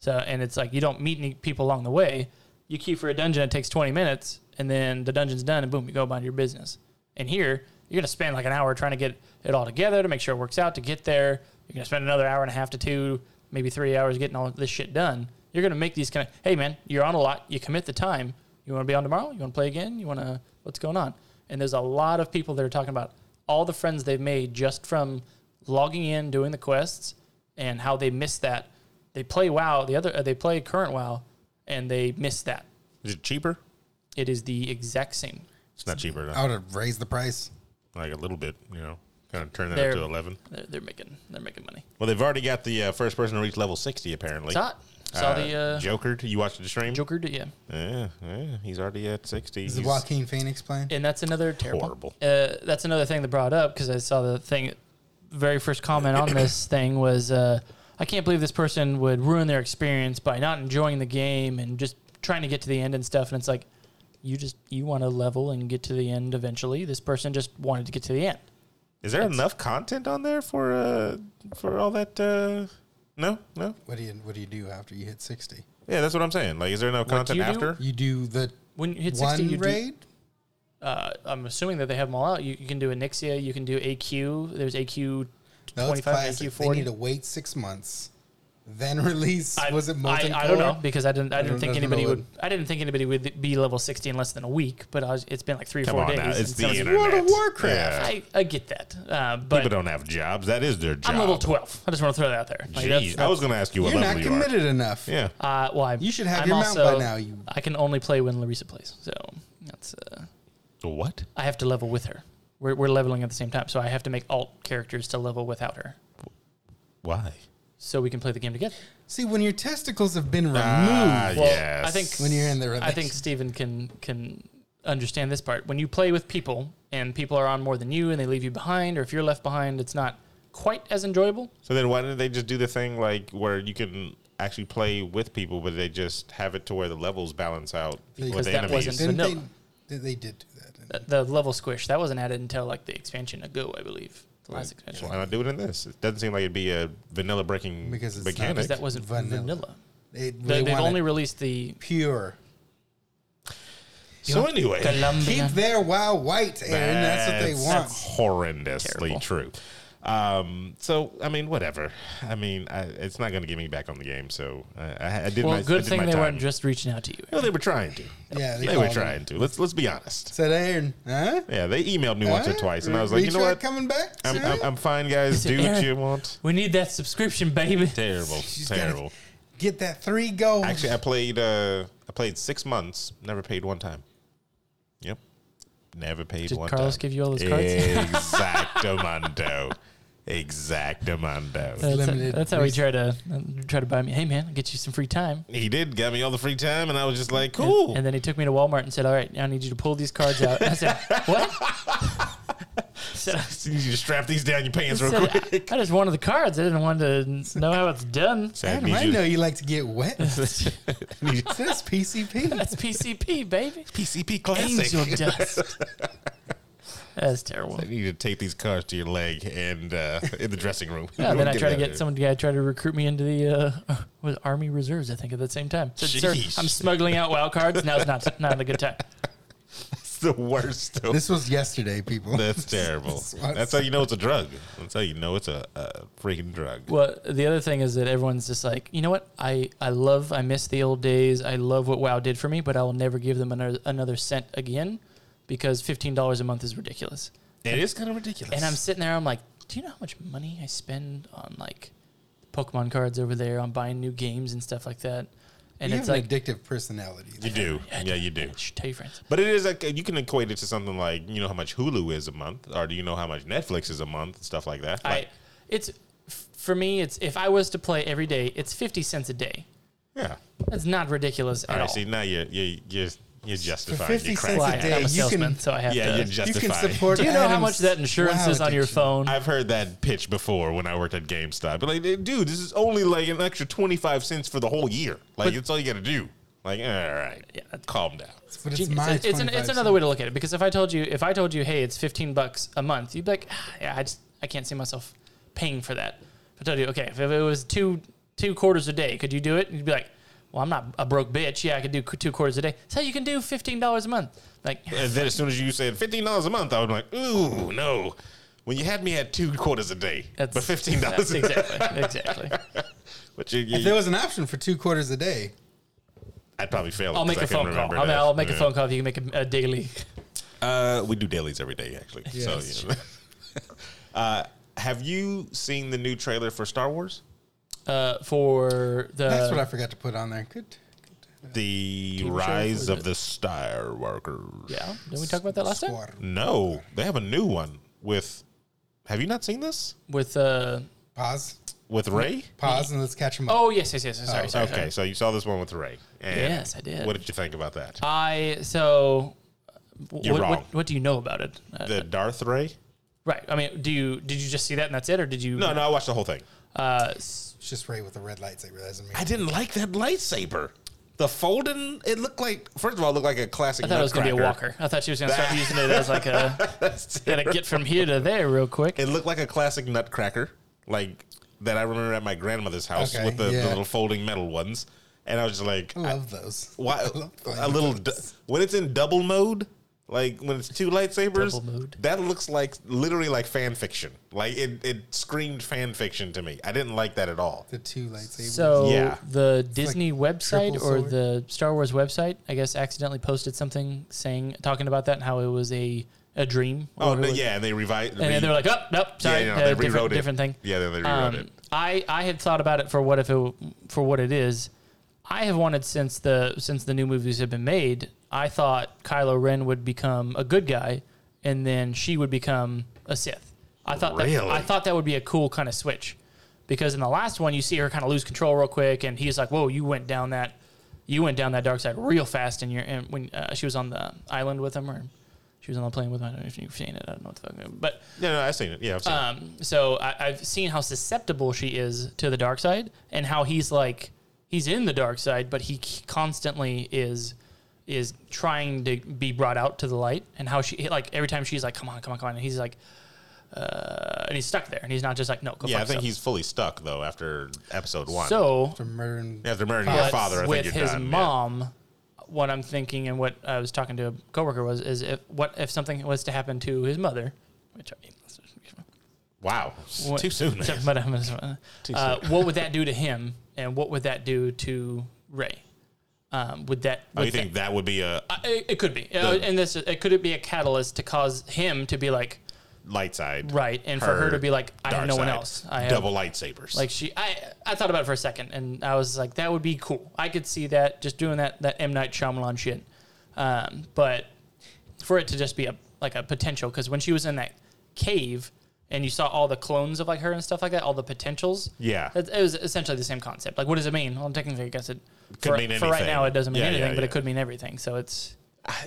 So and it's like you don't meet any people along the way. You queue for a dungeon, it takes 20 minutes, and then the dungeon's done, and boom, you go about your business. And here, you're gonna spend like an hour trying to get it all together to make sure it works out to get there. You're gonna spend another hour and a half to two, maybe three hours getting all this shit done. You're gonna make these kind of hey man, you're on a lot. You commit the time. You want to be on tomorrow? You want to play again? You want to what's going on? And there's a lot of people that are talking about all the friends they've made just from logging in, doing the quests, and how they miss that. They play WoW. The other uh, they play current WoW, and they missed that. Is it cheaper? It is the exact same. It's not cheaper. though. I would have raised the price. Like a little bit, you know. Kind of turn that They're- up to eleven. They're, they're making they're making money. Well, they've already got the uh, first person to reach level sixty. Apparently, Saw it. Saw the uh, Joker. You watched the stream? Joker. Yeah, Yeah, yeah, he's already at sixty. Is He's- Joaquin Phoenix playing? and that's another terrible. Horrible. Uh, that's another thing that brought up because I saw the thing. Very first comment on this thing was, uh, "I can't believe this person would ruin their experience by not enjoying the game and just trying to get to the end and stuff." And it's like, you just you want to level and get to the end eventually. This person just wanted to get to the end. Is there enough content on there for uh for all that? Uh, no, no. What do you What do you do after you hit sixty? Yeah, that's what I'm saying. Like, is there enough What do content you do? after? You do the When you hit one 60, you do- raid. Uh, I'm assuming that they have them all out. You, you can do Anixia, you can do AQ. There's AQ No, it's 25, AQ classic. They need 40. to wait six months, then release. I, was it Molten I, I don't Core? know because I didn't. I didn't don't- think doesn't anybody know would. I didn't think anybody would be level sixty in less than a week. But I was, it's been like three or Come four on days. now, it's and the so I was like, internet. Warcraft. Yeah. I, I get that, uh, People but don't have jobs. That is their job. I'm level twelve. I just want to throw that out there. Like, Jeez, that's- I was going to ask you what You're level not you are. committed enough. Yeah, uh, well, I'm, You should have I'm your mount also, by now, you- I can only play when Larissa plays, so that's. Uh, what? I have to level with her. We're, we're leveling at the same time, so I have to make alt characters to level without her, Why? so we can play the game together. See, when your testicles have been removed, Ah, Well, yes. I think when you're in the I think Steven can can understand this part. When you play with people and people are on more than you and they leave you behind, or if you're left behind, it's not quite as enjoyable. So then, why didn't they just do the thing like where you can actually play with people, but they just have it to where the levels balance out Because with the that enemies? wasn't- Didn't vanilla. they, they did do that. didn't That- The level squish that wasn't added until like the expansion ago, I believe, the last expansion Why not do it in this? It doesn't seem like it'd be a vanilla breaking Because it's not. mechanic. because that wasn't vanilla. Vanilla. They, They, they have want only only released the pure. so anyway, Colombia. Keep their wow white, Aaron. That's, what they That's want. Horrendously Terrible. true. Um, so I mean, whatever. I mean, I, it's not going to get me back on the game. So I, I, I did Well, my I good did thing my they time. weren't just reaching out to you. No, they were trying to. Yeah, they, they were called trying to. Let's let's be honest. Said Aaron, huh? Yeah, they emailed me once or Huh? twice, and I was Re- like, you know Retract what? Coming back. I'm, sir? I'm, I'm fine, guys. said, Do what "Aaron." you want. We need that subscription, baby. Terrible, gotta- terrible. Get that three goals. Actually, I played. Uh, I played six months. Never paid one time. Yep, never paid Did one. Carlos time. give you all those cards? Exactamundo. Exactamundo. That's, limited that's how we res- try to uh, try to buy me. Hey man, I'll get you some free time. He did got me all the free time, and I was just like, And- cool. And, then he took me to Walmart and said, "All right, now I need you to pull these cards out." I said, "What?" I said, I So you just strap these down your pants real said, quick. "I- I just wanted the cards. I didn't want to know how it's done. So Adam, I know you like to get wet. That's PCP. That's PCP, baby. PCP Angel classic. dust. That's terrible. I need to tape these cards to your leg and uh, in the dressing room. Yeah, then I tried Get to out of get there. someone guy tried to recruit me into the uh, was Army Reserves, I think, at the same time. Said, Sir, Jeez. I'm smuggling out wild cards. Now's not not a good time. It's the worst. though. This was yesterday, people. That's terrible. what- That's how you know it's a drug. That's how you know it's a, a freaking drug. Well, the other thing is that everyone's just like, you know what? I, I love, I miss the old days. I love what WoW did for me, but I will never give them another, another cent again because $15 a month is ridiculous. It is kind of ridiculous. And I'm sitting there, I'm like, do you know how much money I spend on like Pokemon cards over there, on buying new games and stuff like that? And you it's have an like, addictive personality. you do. Yeah, you do. shh, tell your friends. But it is like you can equate it to something like you know how much Hulu is a month, or do you know how much Netflix is a month, stuff like that. I, Like, it's, f- for me, it's if I was to play every day, it's 50 cents a day. yeah. That's not ridiculous at All right. all. See, now you're you you're you're justifying. 50 your crap. cents Why? a day, I'm a you salesman, can- so I have Yeah, to. you're You justifying. can support. Do you know how Adam's much that insurance wow is on your addiction. phone? I've heard that pitch before when I worked at GameStop. But like, dude, this is only like an extra twenty five cents for the whole year. Like, it's all you got to do. Like, all right, Yeah, that's- calm down. But it's Genius. my. It's, it's an, it's another way to look at it because if I told you if I told you hey it's fifteen bucks a month you'd be like "Ah, yeah I just I can't see myself paying for that. If I told you okay if it was two two quarters a day could you do it? You'd be like well I'm not a broke bitch yeah I could do c- two quarters a day. So you can do fifteen dollars a month like And then as soon as you said fifteen dollars a month, I was like, ooh, no. When you had me at two quarters a day, that's but fifteen dollars. exactly exactly. But you, If there you, was an option for two quarters a day, I'd probably fail. I'll make a a phone call. I'll, I'll make a phone call if you can make a, a daily. Uh, we do dailies every day, actually. so, that's you know. uh, have you seen the new trailer for Star Wars? Uh, for the that's what I forgot to put on there. Good. good. the show, rise was of it? the Star Workers. Yeah. Didn't we talk about that last time? Squad. No, they have a new one with. Have you not seen this With uh Pause. with Ray? Pause and let's catch them up. oh yes yes yes sorry sorry. sorry. Okay, so you saw this one with Ray. And Yes, I did. Uh, What did you think about that? I so. wh- You're what, wrong. What, what do you know about it? Uh, the Darth Ray? right. I mean, do you did you just see that and that's it, or did you? No, no, I watched the whole thing. Uh, s- It's just Ray with the red lightsaber. That's me. I didn't like that lightsaber. The folding, it looked like. First of all, it looked like a classic. I thought it was going to be a walker. I thought she was going to start using it as like a gotta get from here to there real quick. It looked like a classic nutcracker, like that I remember at my grandmother's house Okay, with the, yeah. the little folding metal ones. And I was just like, I love those. why I love playing a little those. du- when it's in double mode like when it's two lightsabers Double mode. that looks like literally like fan fiction like it, it screamed fan fiction to me i didn't like that at all the two lightsabers. So Yeah. the Disney website triple or sword. the Star Wars website, I guess, accidentally posted something saying talking about that and how it was a a dream. or oh whatever no, it was. yeah and they revised And then they were like, "Oh, nope, sorry, uh, no, they different, rewrote it. different thing." Yeah, then they rewrote Um, it. I I had thought about it for what if it for what it is. I have wanted since the since the new movies have been made. I thought Kylo Ren would become a good guy, and then she would become a Sith. I thought that Really? I thought that would be a cool kind of switch, because in the last one you see her kind of lose control real quick, and he's like, "Whoa, you went down that, you went down that dark side real fast." And you're and when uh, she was on the island with him, or she was on the plane with him. I don't know if you've seen it. I don't know what the fuck, but no no i've seen it yeah i've seen it um, so I, I've seen how susceptible she is to the dark side, and how he's like he's in the dark side, but he c- constantly is is trying to be brought out to the light, and how she like every time she's like, "Come on, come on, come on," and he's like, uh, and he's stuck there, and he's not just like, "No, go." yeah i fuck think yourself." he's fully stuck though after episode one so After murdering after murdering but your father i with think you're his done yeah. mom. What I'm thinking and what I was talking to a coworker was is if what if something was to happen to his mother, which I mean, let's just- wow it's what- too soon man. But I'm just- uh, what would that do to him, and what would that do to Ray? Um, would that? oh, would you think that- that would be a I- it, it could be, Uh, and this it could it be a catalyst to cause him to be like light side right, and for her to be like, I have dark no one side, else. I have double lightsabers like she. I I thought about it for a second, and I was like, that would be cool. I could see that just doing that that M Night Shyamalan shit, um, but for it to just be a like a potential because when she was in that cave and you saw all the clones of like her and stuff like that, all the potentials. Yeah. it, it was essentially the same concept. Like, what does it mean? Well, technically, I guess it Could for, mean for right anything. now it doesn't mean Yeah, yeah, anything, but yeah. it could mean everything. So it's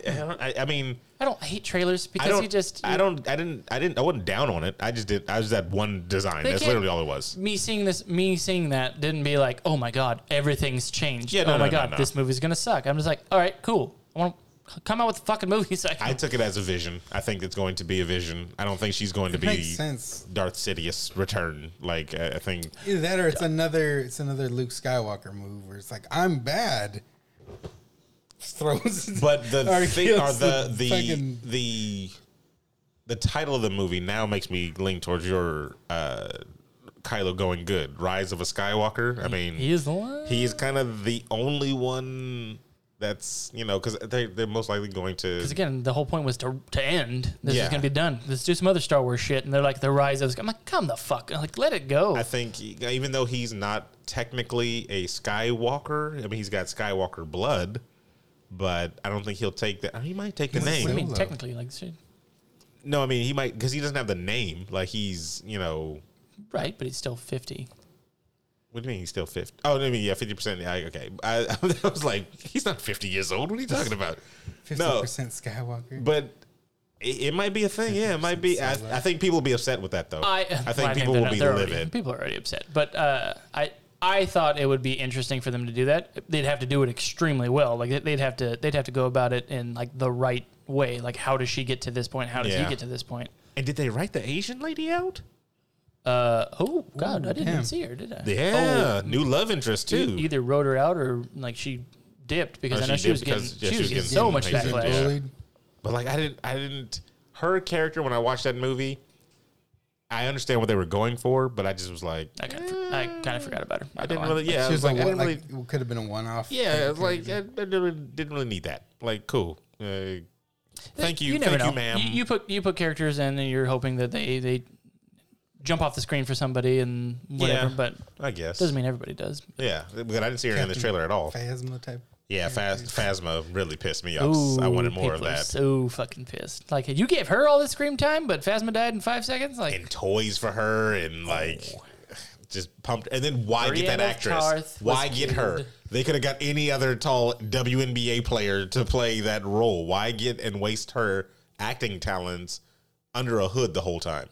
I, don't- I- I mean I don't hate trailers I because don't. you just I don't. I didn't. I didn't. I wasn't down on it. I just did. I was that one design. They That's can't- literally all it was. me seeing this, me seeing that didn't be like, oh my god, everything's changed. Yeah, no, oh my no, no, god, no. this movie's gonna suck. I'm just like, all right, cool. I want to come out with a fucking movie. So I can I took it as a vision. I think it's going to be a vision. I don't think she's going to makes be sense. Darth Sidious return. Like I I think. Either that or it's another it's another Luke Skywalker move where it's like I'm bad. Throws But the Or thing, kills or the the, fucking- the the title of the movie now makes me lean towards your uh, Kylo going good. Rise of a Skywalker. I mean, he is the one. he is kind of the only one that's you know because they they're most likely going to Because again, the whole point was to to end. This Yeah. is gonna be done. Let's do some other Star Wars shit. And they're like, the rise of. I'm like, come the fuck. I'm like, let it go. I think he- even though he's not technically a Skywalker, I mean he's got Skywalker blood, but I don't think he'll take that. He might take the He's a name. I mean, Solo. technically, like, shit. No, I mean he might because he doesn't have the name. Like he's you know right, but he's still 50. what do you mean he's still fifty? Oh, I mean yeah, fifty percent. Okay, I, I was like he's not fifty years old. What are you talking about? fifty No, percent Skywalker. but. It it might be a thing, yeah. It might be. I, I think people will be upset with that, though. I, I well, think people they're will not- be they're already- livid. People are already upset, but uh, I I thought it would be interesting for them to do that. They'd have to do it extremely well. Like they- they'd have to they'd have to go about it in like the right way. Like how does she get to this point? How does Yeah. he get to this point? And did they write the Asian lady out? Uh, oh God, I didn't even damn. see her, did I? Yeah, new love interest Oh, too. e- either wrote her out or like she dipped because Oh, I know she she was dipped getting because, yeah, she was getting so some much hate. backlash. Yeah. Bullied. But like I didn't I didn't her character when I watched that movie, I understand what they were going for, but I just was like I kind of I kind of forgot about her. I didn't really yeah, I She was was like, like, I one, didn't like really it could have been a one off. yeah, I was like I, I didn't, really, didn't really need that. Like cool. Uh, thank you. never thank you, know. ma'am. You, you put you put characters in, and you're hoping that they they jump off the screen for somebody and whatever. Yeah. But I guess. doesn't mean everybody does. yeah, but I didn't see her in this trailer at all. Phasma type. Yeah, Phas- Phasma really pissed me off. I wanted more of people are that. So fucking pissed. Like you gave her all this screen time, but Phasma died in five seconds. Like and toys for her and like just pumped. And then why get that Oh. Brianna actress? Tarth was why get her? killed. They could have got any other tall WNBA player to play that role. Why get and waste her acting talents under a hood the whole time?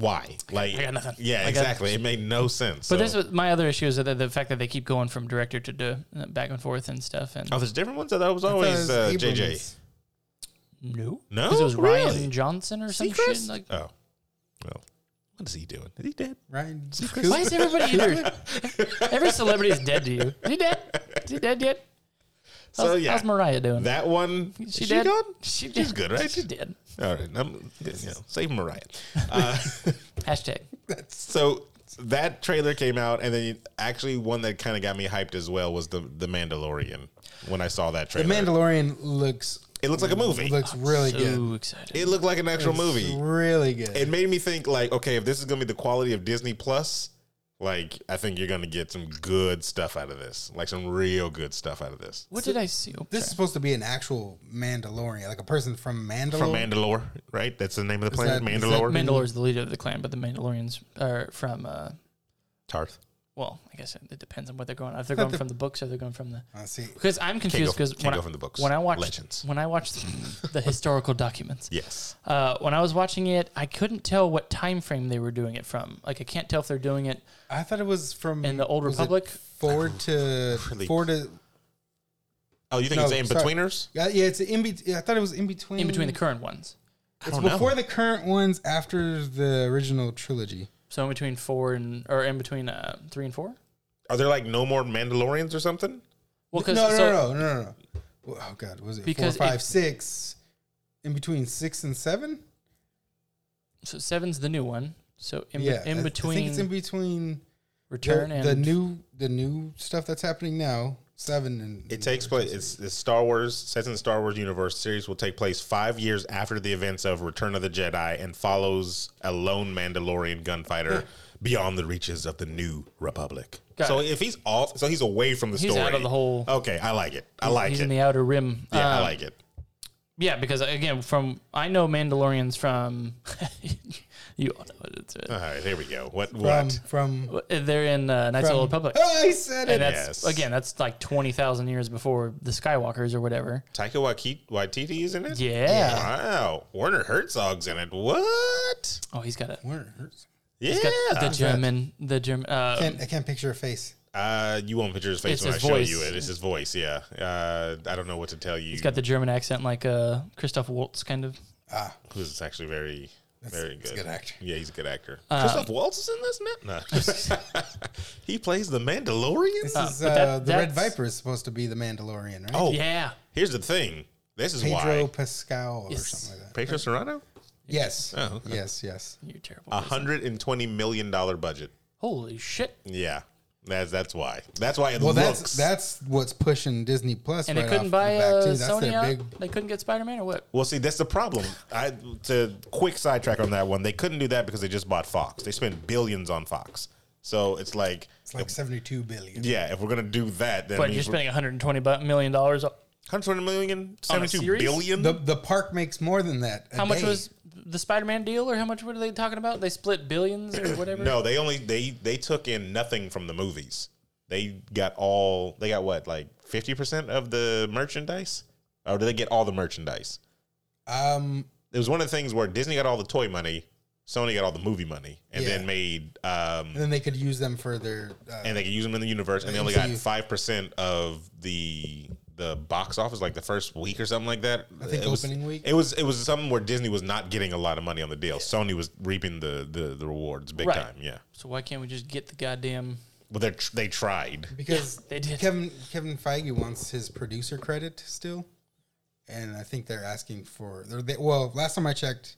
Why? Like, I got nothing. yeah, I got- exactly. It made no sense. But So- this was my other issue is that the fact that they keep going from director to di- back and forth and stuff. And oh, there's different ones. I thought it was I thought it always was uh, Abrams. JJ. no, No? because it was Really? Ryan Johnson or some shit. Seacrest? Like, Oh, well, what is he doing? Is he dead? Ryan. why is everybody here? Every celebrity is dead to you. Is he dead? Is he dead yet? How's, So yeah, how's Mariah doing? that one. Is Um, she, she, dead? gone? She She's dead. good, right? She did. All right, I'm, you know, save Mariah. Uh, Hashtag. so that trailer came out, and then actually one that kind of got me hyped as well was the the Mandalorian. When I saw that The trailer, Mandalorian looks it looks like a movie. looks really so good. excited. it looked like an actual It's movie. really good. It made me think like, okay, if this is gonna be the quality of Disney Plus, like I think you're gonna get some good stuff out of this, like some real good stuff out of this. what did I see? Oh, this is sorry. supposed to be an actual Mandalorian, like a person from Mandalore. From Mandalore, right? That's the name of the planet, that- is that Mandalore. Mandalore's the leader of the clan, but the Mandalorians are from. Uh, Tarth. well, I guess it depends on what they're going. If they're Not going the- from the books, or they're going from the. I see. Because I'm confused. go- Because can't when, go I- from the books. when I watched Legends. when I watched the, the historical documents, Yes. uh, when I was watching it, I couldn't tell what time frame they were doing it from. Like I can't tell if they're doing it I thought it was from in the Old was it Republic. forward to Really? forward to. Oh, you think No, it's in sorry. betweeners? Yeah, yeah, it's in between. I thought it was in between. In between the current ones, I It's don't know. before the current ones, after the original trilogy. so in between four and or in between uh, three and four. Are there like no more Mandalorians or something? No, Well, because no, so, no, no, no, no. Well, Oh God, was it Because four, five, if- six? In between six and seven. so seven's the new one. So in, yeah, I- in between I think it's in between the- Return and the new the new stuff that's happening now. Seven and It takes place. It's, it's Star Wars. Sets in the Star Wars universe. Series will take place five years after the events of Return of the Jedi and follows a lone Mandalorian gunfighter beyond the reaches of the New Republic. Got so it. if he's off, so he's away from the He's story. out of the whole- Okay, I like it. I like he's it. in the outer rim. yeah, I Um, like it. Yeah, because again, from I know Mandalorians from you all know what it's. uh, All right, here we go. What? from What? from. They're in uh, Knights of the Old from Republic. oh, I said And it. that's Yes. again, that's like twenty thousand years before the Skywalkers or whatever. Taika Waititi, Waititi is in it. Yeah. Wow. Werner Herzog's in it. What? Oh, he's got a Werner Herzog. Yeah. he's got the German, the German. I Uh, can't, I can't picture a face. Uh, you won't picture his face It's when I his show voice. you it. It's his voice, yeah. Uh, I don't know what to tell you. he's got the German accent, like uh, Christoph Waltz, kind of. who's actually very, very good. he's a good actor. Yeah, he's a good actor. Uh, Christoph Waltz is in this now. No, he plays the Mandalorian. This is but uh, that- the Red that's- Viper is supposed to be the Mandalorian, right? oh, Yeah, Here's the thing. This is Pedro why Pascal or Yes. something like that. Pedro Serrano, Yes. Oh, okay. Yes. Yes. you're terrible. a hundred and twenty million dollar budget. Holy shit! Yeah, that's that's why. That's why it Well, looks. that's that's what's pushing Disney Plus. And right they couldn't off buy the uh, bat, too. Sony out. They couldn't get Spider Man or what? Well, see, that's the problem. I to quick sidetrack on that one. They couldn't do that because they just bought Fox. They spent billions on Fox. So it's like, It's like seventy-two billion. yeah, if we're gonna do that, then But means you're spending we're- 120 bu- million dollars. 120 million, On a 72 series? billion. The the park makes more than that. a How much day. was the Spider Man deal, or how much were they talking about? They split billions or whatever. no, they only they they took in nothing from the movies. They got all they got what like 50 percent of the merchandise, or did they get all the merchandise? um? It was one of the things where Disney got all the toy money, Sony got all the movie money, and Yeah. then made um And then they could use them for their. Uh, and they could use them in the universe, and they only got MCU. five percent of the the box office, like the first week or something like that. I think it was, opening week. It was it was something where Disney was not getting a lot of money on the deal. Sony was reaping the the, the rewards big Right. time. Yeah, So why can't we just get the goddamn? but they tr- they tried. because they did. Kevin Kevin Feige wants his producer credit still, and I think they're asking for. They're, they, well, last time I checked,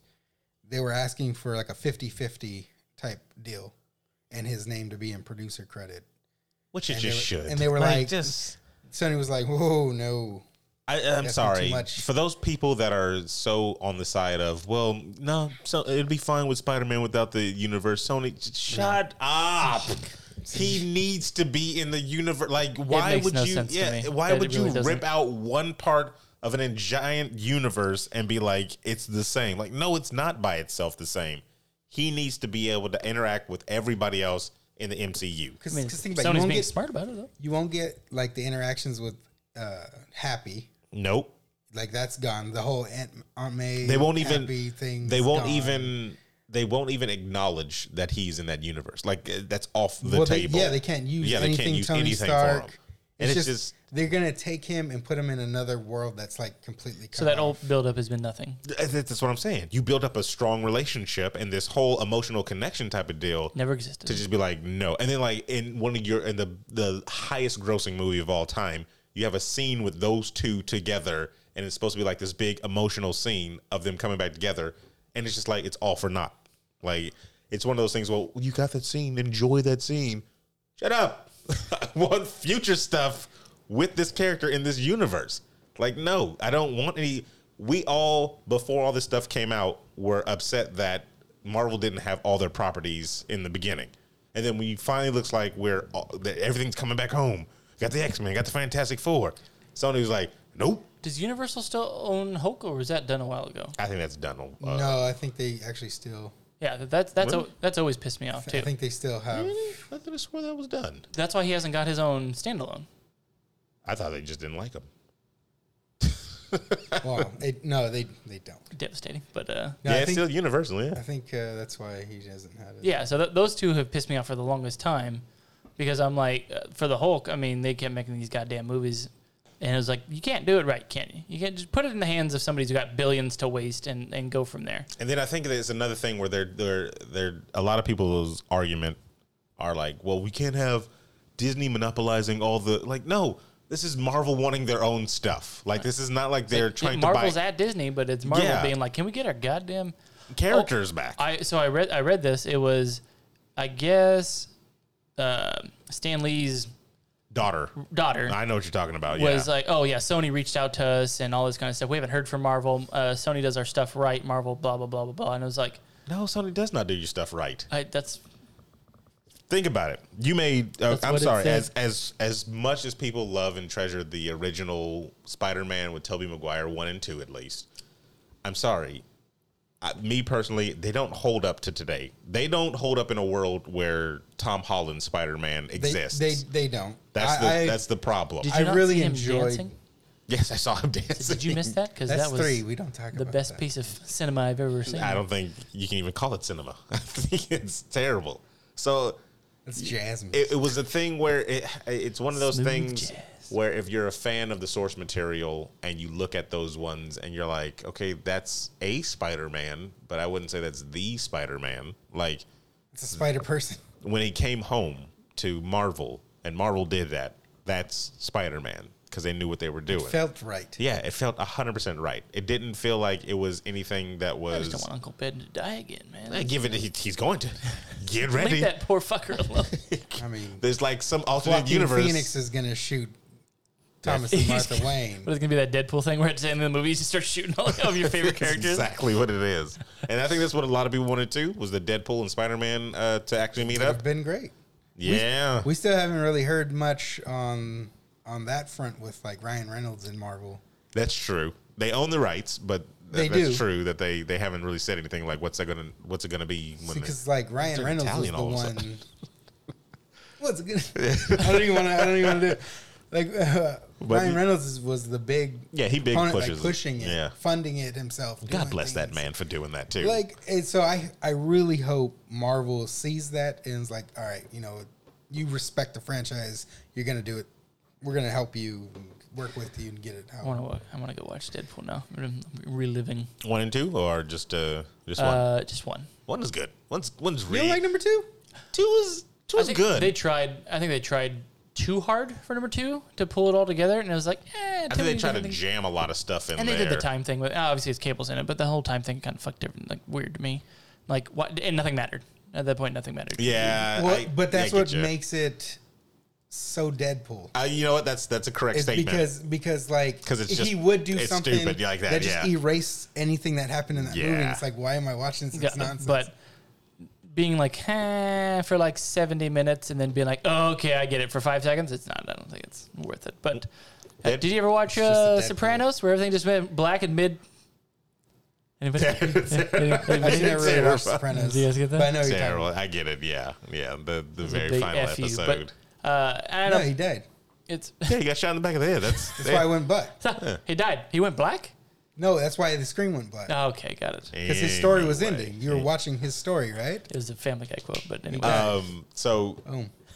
they were asking for like a 50-50 type deal, and his name to be in producer credit. Which it And just they were- should. and they were like- just. Sony was like, "Whoa, no." I, I'm That's not too sorry much. for those people that are so on the side of well, no, so it'd be fine with Spider-Man without the universe. Sony, j- shut up. he needs to be in the universe. Like, why makes would no you? sense to yeah, me. why That it would you really doesn't. rip out one part of an en- giant universe and be like it's the same? Like, no, it's not by itself the same. He needs to be able to interact with everybody else in the MCU. Because I mean, think about it, you Sony's won't being get smart about it though. you won't get like the interactions with uh, Happy. Nope, Like that's gone. The whole Aunt, Aunt May. they won't even. Happy thing. They is won't gone. even. They won't even acknowledge that he's in that universe. Like uh, that's off the Well, they- table. yeah, they can't use Yeah, they can't anything use Tony anything for Stark. him. And it's just- they're gonna take him and put him in another world that's like completely. So that old buildup has been nothing. Th- th- That's what I'm saying. You build up a strong relationship and this whole emotional connection type of deal Never existed. to just be like no, and then like in one of your in the the highest grossing movie of all time, you have a scene with those two together, and it's supposed to be like this big emotional scene of them coming back together, and it's just like it's all for naught. Like it's one of those things. Well, you got that scene, enjoy that scene. Shut up. I want future stuff with this character in this universe. Like, no, I don't want any. We all, before all this stuff came out, were upset that Marvel didn't have all their properties in the beginning. And then when you finally looks like we're all, that everything's coming back home. Got the X Men, got the Fantastic Four. Sony was like, nope. Does Universal still own Hulk, or was that done a while ago? I think that's done. Uh, No, I think they actually still. Yeah, that- that's that's Really? al- that's always pissed me off I too. think they still have. I thought I swore that was done. That's why he hasn't got his own standalone. I thought they just didn't like him. Well, they, no, they they don't. Devastating, but uh, No, yeah, I it's think still Universal, yeah. I think uh, that's why he hasn't had it. yeah. So th- those two have pissed me off for the longest time because I'm like, uh, for the Hulk, I mean, they kept making these goddamn movies, and it was like, you can't do it right, can you? You can't just put it in the hands of somebody who's got billions to waste and and go from there. And then I think there's another thing where they're they're they're a lot of people's argument are like, well, we can't have Disney monopolizing all the like. No, this is Marvel wanting their own stuff. Like this is not like they're Yeah, trying Marvel's to buy at Disney, but it's Marvel Yeah. being like, can we get our goddamn characters back. Oh, I so I read I read this. It was, I guess, uh, Stan Lee's Daughter, daughter I know what you're talking about. Yeah, was like, oh yeah, Sony reached out to us and all this kind of stuff. We haven't heard from Marvel. Uh, Sony does our stuff right. Marvel, blah blah blah blah blah. And I was like, no, Sony does not do your stuff right. I, that's Think about it. You made. Uh, That's I'm what it sorry. said. As as as much as people love and treasure the original Spider-Man with Tobey Maguire one and two, at least. I'm sorry. I, me personally, they don't hold up to today. They don't hold up in a world where Tom Holland Spider-Man They, exists. they they don't. that's I, the I- that's the problem. did I you not really see him enjoyed- dancing? yes, I saw him dancing. Did you miss that? Because that's that was three. We don't talk the about best that. piece of cinema I've ever seen. I don't think you can even call it cinema. I think it's terrible. So That's jazz music. it, it was a thing where it, it's one of those Smooth things jazz. where if you're a fan of the source material and you look at those ones and you're like, okay, that's a Spider-Man, but I wouldn't say that's the Spider-Man. Like it's a spider person. when he came home to Marvel and Marvel did that, that's Spider-Man because they knew what they were doing. Felt right. yeah, it felt 100% right. It didn't feel like it was anything that I just don't was want Uncle Ben to die again, man. Eh, give it he, he's going to get Leave ready. that poor fucker alone. I mean, There's like some alternate Joaquin universe. Phoenix is gonna shoot Thomas and Martha Wayne. But it's gonna be that Deadpool thing where at the end of the movie you start shooting all of your favorite That's characters. Exactly what it is, and I think that's what a lot of people wanted too was the Deadpool and Spider Man uh, to actually meet Have up. been great. Yeah, We still haven't really heard much on on that front with like Ryan Reynolds and Marvel. that's true. They own the rights, but They th- that's do. true that they they haven't really said anything like what's that gonna what's it gonna be when Because like Ryan they're Reynolds was Italian the all of a one. sudden. What's good? I don't even want to. I don't even want to do. It. Like uh, Ryan he- Reynolds is, was the big Yeah, he big proponent, pushes it. like pushing it, Yeah. funding it himself. doing God bless that things. man for doing that too. Like and so, I I really hope Marvel sees that and is like, all right, you know, you respect the franchise, you're gonna do it. We're gonna help you, work with you, and get it I out. want to. I want to go watch Deadpool now. I'm reliving. one and two, or just uh just one. Uh, just one. One is good. One's one's You really don't like number two? two is two I is think good. They tried. I think they tried too hard for number two to pull it all together, and it was like, eh. I too think they many try to different things. jam a lot of stuff in And there. they did the time thing with. Obviously, it's cables in it, but the whole time thing kind of fucked everything. Like weird to me. Like what? And nothing mattered at that point. Nothing mattered. Yeah, Well, I- but that's I get what you. makes it so Deadpool. Uh, you know what? That's that's a correct It's statement. because because like 'Cause it's he just- would do it's something stupid like that, just yeah. erased anything that happened in that movie. Yeah. It's like why am I watching this? It's Yeah, nonsense. But being like "Huh," for like 70 minutes and then being like oh, okay i get it for five seconds it's not i don't think it's worth it but uh, Dead- did you ever watch just a uh, Deadpool. sopranos where everything just went black and mid anybody, Any- I anybody? didn't really Terrible. watch Sopranos. Did you guys get that? But I know what you're talking Terrible. about. I get it. Yeah, yeah. The the It's a very big final F you, but, episode. uh, I No, don't, he died. it's yeah, he got shot in the back of the head. That's, That's why I went black. he died he went black No, that's why the screen went black. oh, okay got it Because his story was ending. You were watching his story, right? it was a family guy quote but anyway Um, so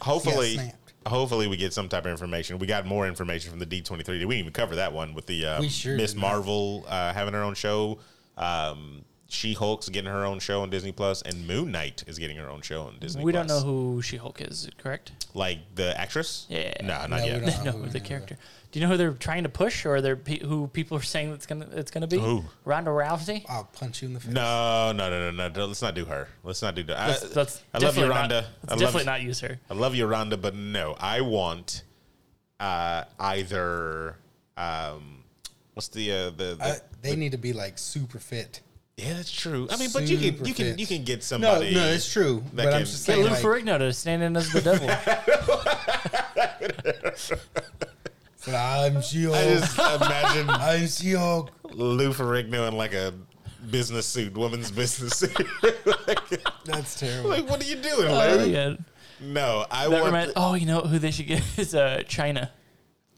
hopefully, Yeah, snapped. hopefully we get some type of information. We got more information from the D twenty three. We didn't even cover that one with the uh, We sure Miss did not. Marvel uh, having her own show. Um, she Hulk's getting her own show on Disney Plus, and Moon Knight is getting her own show on Disney. we Plus. don't know who she-hulk is correct like the actress. Yeah. no, No, not we yet. don't. no, who the knows character. Do you know who they're trying to push, or they're pe- who people are saying that's gonna it's gonna be? Who? Ronda Rousey. I'll punch you in the face. No, no, no, no, no. Let's not do her. Let's not do that. I- Let's- let's I love you, definitely not- Rhonda. let's I love, definitely not use her. I love you, Rhonda, but no. I want uh, either. Um, what's the uh, the, the I, they need to be like super fit. yeah? That's true. I mean, but you can Super you can fit. you can get No, somebody. no, it's true. that But I'm can- just Get saying, Lou like, Ferrigno to stand in as the devil. but I'm She-Hulk. I just imagine I'm She-Hulk. Lou Ferrigno in like a business suit, woman's business suit. That's terrible. like, what are you doing, Uh, oh, Lou? yeah. No, I That want. reminds, oh, you know who they should get is uh, China.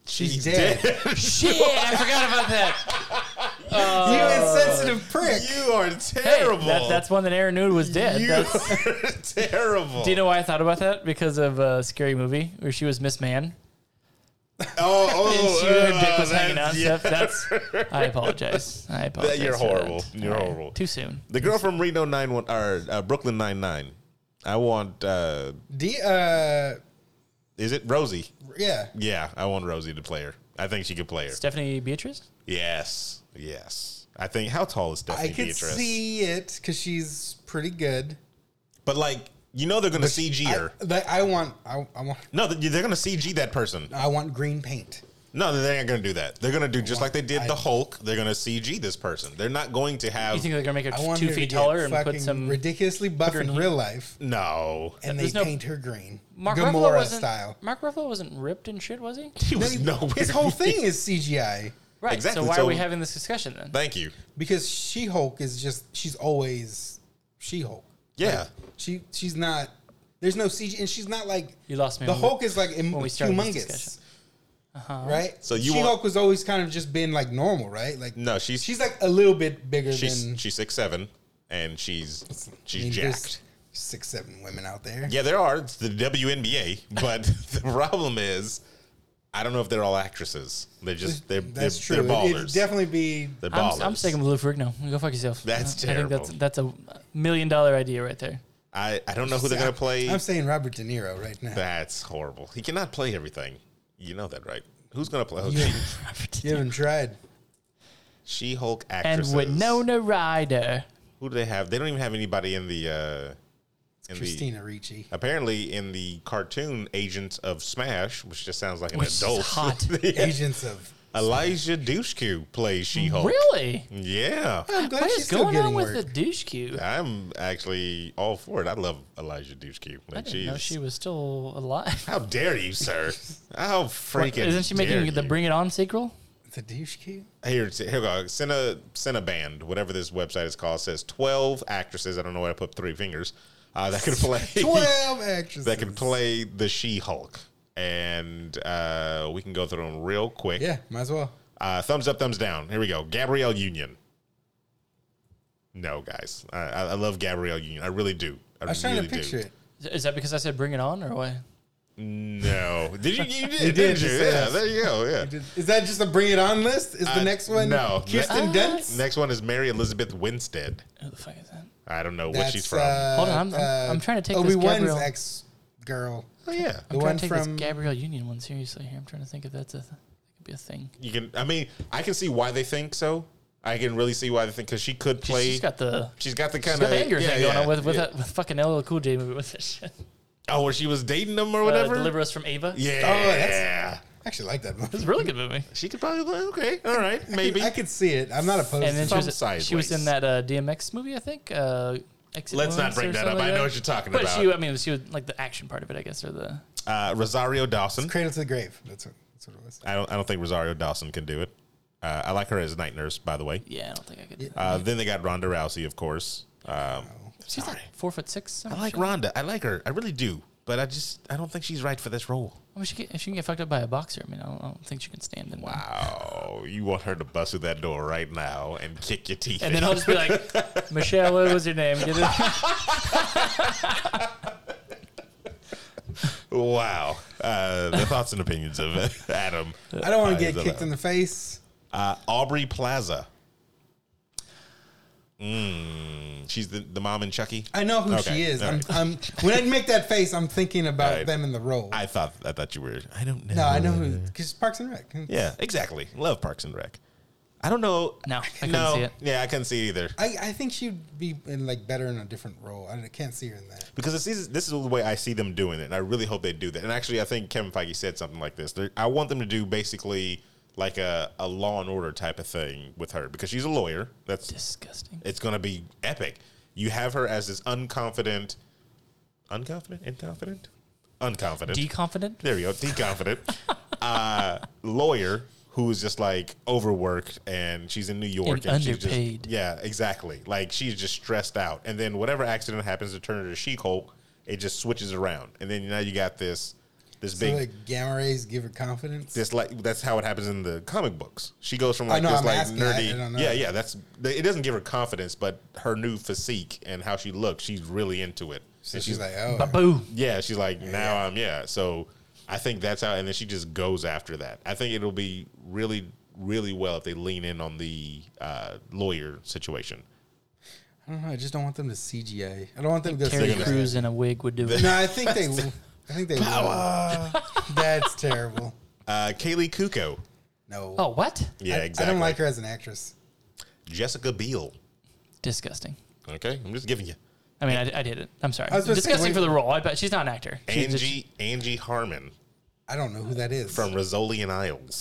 She's dead. Shit, I forgot about that. you insensitive prick. You are Hey, terrible. that, that's one that Aaron knew was dead. You That's- are terrible. do you know why I thought about that? Because of a scary movie where she was Miss Man. Oh, And oh, she, her oh, dick was hanging out that's- and yeah. stuff. That's. I apologize. I apologize. you're for that. horrible. You're All right. horrible. Too soon. The girl from Reno nine one or uh, Brooklyn nine nine. I want. uh D, uh, Is it Rosie? yeah. Yeah, I want Rosie to play her. I think she could play her. Stephanie Beatrice. Yes, yes. I think how tall is I Stephanie could Beatrice? see it because she's pretty good. But like, you know, they're gonna CG her. I, like, I want, I, I want, No, th- they're gonna CG that person. I want green paint. No, they ain't gonna do that. They're gonna do just like they did the Hulk. They're gonna CG this person. They're not going to have. You think they're gonna make her I want two her to feet get taller and fucking put some? ridiculously buff in real life, no, and they There's no- paint her green, Mark Ruffalo Gamora wasn't. style. Mark Ruffalo wasn't ripped and shit, was he? he was nowhere. His whole thing is CGI Right. Exactly, So why so- are we having this discussion then? Thank you. because She Hulk is just she's always She Hulk. Yeah. She she's not. There's no CG, and she's not like You lost me The when we- Hulk is like im- when we started this humongous, discussion. Uh-huh. right? So you She want- Hulk was always kind of just been like normal, right? Like No, she's she's like a little bit bigger She's than she's six seven, and she's she's I mean, there's jacked. Six seven women out there. Yeah, there are. It's the WNBA, but the problem is, I don't know if they're all actresses. They're just they're That's they're, true. they're It- ballers. It'd definitely be they're ballers. I'm, I'm sticking with Lou Ferrigno. Go fuck yourself. That's I think that's terrible. that's a million dollar idea right there. I, I don't know who they're gonna play. I'm saying Robert De Niro right now. That's horrible. He cannot play everything. You know that, right? Who's gonna play? Oh, Yeah. Robert You haven't tried. She Hulk and actresses. Winona Ryder. Who do they have? They don't even have anybody in the. Uh, in the Christina Ricci. apparently in the cartoon Agents of Smash, which just sounds like an Which is adult. hot. Yeah. Agents of. Elijah Dushku plays She Hulk. Really? Yeah. I'm glad What she's is still going getting on with work. the douche cube? I'm actually all for it. I love Elijah Dushku. I Like, didn't know jeez. she was still alive. How dare you, sir? How freaking Isn't she dare making the you. Bring It On sequel? The douche key? Here, it's- here we go. Cine, Cineband, whatever this website is called, says 12 actresses. I don't know why I put three fingers. Uh, that could play 12 actresses. that could play the She-Hulk. And uh, we can go through them real quick. Yeah, might as well. Uh, thumbs up, thumbs down. Here we go. Gabrielle Union. No, guys. I, I I love Gabrielle Union. I really do. I, I was really trying to picture do. it. Is- Is that because I said Bring It On or what? No. Did you? You did. You did didn't you? just say Yeah, that. there you go. Yeah. Did- Is that just a bring it on list? Is Uh, the next one? no. Kirsten Uh, Ne- Dunst? Next one is Mary Elizabeth Winstead. Who the fuck is that? I don't know what That's, she's from. uh, Hold on, I'm- I'm- I'm trying to take this Obi-Wan's Gabrielle- ex girl. oh, yeah. The I'm one trying to take from. this Gabrielle Union one seriously here. I'm trying to think if that's a th- could be a thing. You can. I mean, I can see why they think so. I can really see why they think because she could She's- play. she's got the she's got the she's kind got of the anger thing going on with with, yeah. that, with fucking LL Cool J movie with that shit. Oh, where she was dating him or Uh, whatever. Deliver us from Ava. yeah. Oh, that's- I actually like that it's one. a really good movie. she could probably. play- Okay. All right. Maybe. I could see it. I'm not opposed And to then it. she was, Some she was in sideways. that uh, DMX movie, I think. Uh, Exit Let's not Wounds bring or that up. something like I know what you're talking but about. she, I mean, she was like the action part of it, I guess, or the. Uh, Rosario Dawson. Cradle to the grave. That's what, that's what it was. I don't. I don't think Rosario Dawson can do it. Uh, I like her as night nurse, by the way. Yeah, I don't think I could. Uh, then they got Ronda Rousey, of course. Um, She's like four foot six. some I like shit. Ronda. I like her. I really do. But I just I don't think she's right for this role. I mean, she can, if she can get fucked up by a boxer, I mean, I don't, I don't think she can stand in. Wow. Oh, you want her to bust through that door right now and kick your teeth? And in. then I'll just be like, Michelle, what was your name? Get it? wow. Uh, the thoughts and opinions of uh, Adam. I don't want Uh, to get is kicked in allowed. the face. Uh, Aubrey Plaza. Mm, she's the, the mom in Chucky. I know who Okay, she is. all I'm, right. I'm, when I make that face, I'm thinking about right. them in the role. I thought I thought you were. I don't know. no, I know who. Because Parks and Rec. Yeah, exactly. Love Parks and Rec. I don't know. No, I couldn't see it. Yeah, I couldn't see it either. I, I think she'd be in like better in a different role. I can't see her in that. because this is this is the way I see them doing it, and I really hope they do that. And actually, I think Kevin Feige said something like this. They're, I want them to do basically like a, a Law and Order type of thing with her because she's a lawyer. That's Disgusting. it's going to be epic. You have her as this unconfident, unconfident, inconfident, unconfident. Deconfident? there you go, deconfident uh, lawyer who is just like overworked, and she's in New York And she's just- underpaid. yeah, exactly. Like she's just stressed out, and then whatever accident happens to turn her to She-Hulk, it just switches around, and then now you got this this So big. like gamma rays give her confidence. this like that's how it happens in the comic books. She goes from like know, this I'm like asking, I- I don't nerdy, know. yeah, yeah. That's it doesn't give her confidence, but her new physique and how she looks, she's really into it. so And she's like, oh, Boo. yeah, she's like, now I'm, yeah. So I think that's how, and then she just goes after that. I think it'll be really, really well if they lean in on the uh, lawyer situation. I don't know. Uh-huh, I just don't want them to CGI. I don't want them to go Terry CGI. Crews in a wig would do it. No, I think they. will. I think they. Power. That's terrible. Uh, Kaylee Kuko. No. Oh, what? Yeah, I- exactly. I don't like her as an actress. Jessica Biel. Disgusting. Okay, I'm just giving you. I mean, I, I did it. I'm sorry. was gonna say, Disgusting wait- for the role. I bet she's not an actor. She's just- Angie Angie Harmon I don't know who that is. from Rizzoli and Isles.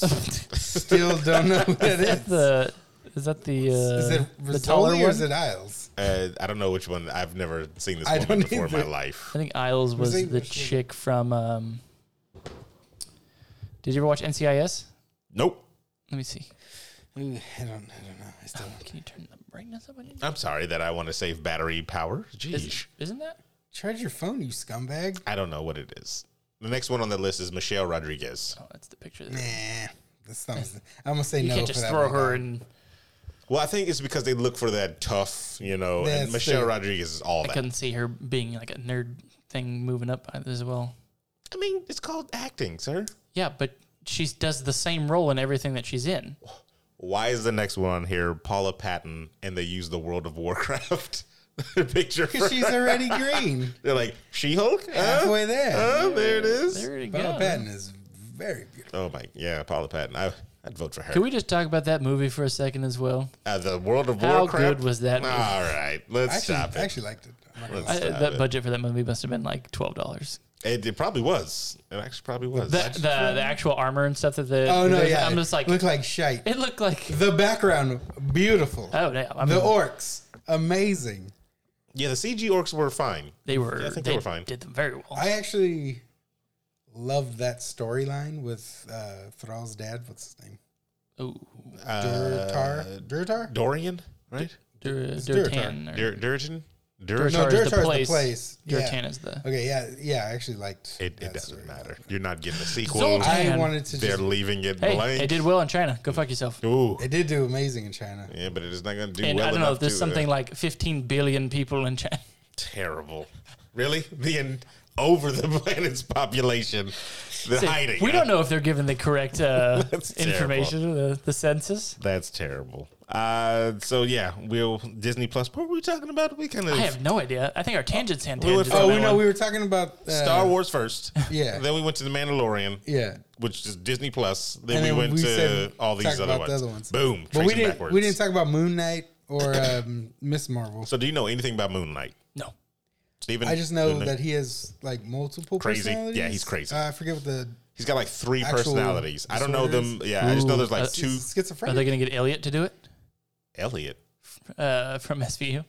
Still don't know who that is. the is that the uh, Is it the Rizzoli taller one? or is it Isles? uh, I don't know which one. I've never seen this I woman don't before in my either. life. I think Isles was Rizzoli, the Rizzoli. chick from. Um, did you ever watch NCIS? Nope. Let me see. Ooh, I don't. I don't know. I still. Can you turn the brightness up? on your- I'm sorry that I want to save battery power. Jeez. Is, isn't that? Charge your phone, you scumbag. I don't know what it is. The next one on the list is Michelle Rodriguez. Oh, that's the picture. Nah. That, That's not, I'm gonna say you no. can't for just that throw one. her in Well, I think it's because they look for that tough, you know, and That's Michelle true. Rodriguez is all I that. couldn't see her being like a nerd thing moving up as well. I mean, it's called acting, sir. Yeah, but she does the same role in everything that she's in. Why is the next one on here Paula Patton and they use the World of Warcraft picture? For Because she's her? already green. They're like, She Hulk? Halfway there. Oh, there it is. There you go. Paula Patton is very beautiful. Oh, my. Yeah, Paula Patton. I, I'd vote for her. Can we just talk about that movie for a second as well? uh, the World of How Warcraft. good was that All movie? right, let's I actually, stop it. I actually liked it. I'm not gonna lie. I, Stop that it. budget for that movie must have been like twelve dollars. it. It probably was. It actually probably was. The, the the actual armor and stuff that the Oh no, the- yeah. I'm just like look like shite. it looked like The background, beautiful. oh yeah I the mean, orcs, amazing. yeah, the CG orcs were fine. they were I think they were fine. did them very well I actually loved that storyline with uh, Thrall's dad. What's his name? oh Durtar. Durtar. Uh, Dorian, right? Dur, Durtar. Durtan or, Dur- Durgin? Durgin? Durtar is the Durtar is the place, place, yeah. Durtan is the Okay, yeah, yeah. I actually liked. It, it that doesn't storyline. matter. You're not getting a sequel. Zoltan! I Man. wanted to They're just. leaving it hey blank. it did well in China go fuck yourself Ooh. It did do amazing in China. Yeah, but it is not going to do and well I don't know enough if there's to, something uh, like 15 billion people in China terrible. Really? The en- over the planet's population. The hiding. we don't know if they're given the correct uh, That's information uh, the, the census That's terrible. Uh, so yeah, we'll Disney Plus. What were we talking about? We kind of I have no idea I think our tangents hand We went tangents from- on Oh, that we know one. we were talking about uh, Star Wars first. Yeah. Then we went to The Mandalorian. Yeah. Which is Disney Plus. Then And we then went we to said- all these talked other about ones. the other ones. Boom. But we tracing didn't. backwards. We didn't talk about Moon Knight or um, Miss Marvel. so do you know anything about Moon Knight, no Steven? I just know Moon Knight? that he has like multiple Crazy. Yeah, personalities. he's crazy. Uh, I forget what the He's got like three Actual personalities. I don't know them. Yeah, I just know there's like Uh, two. are schizophrenic. they gonna get Elliot to do it Elliot. uh, from SVU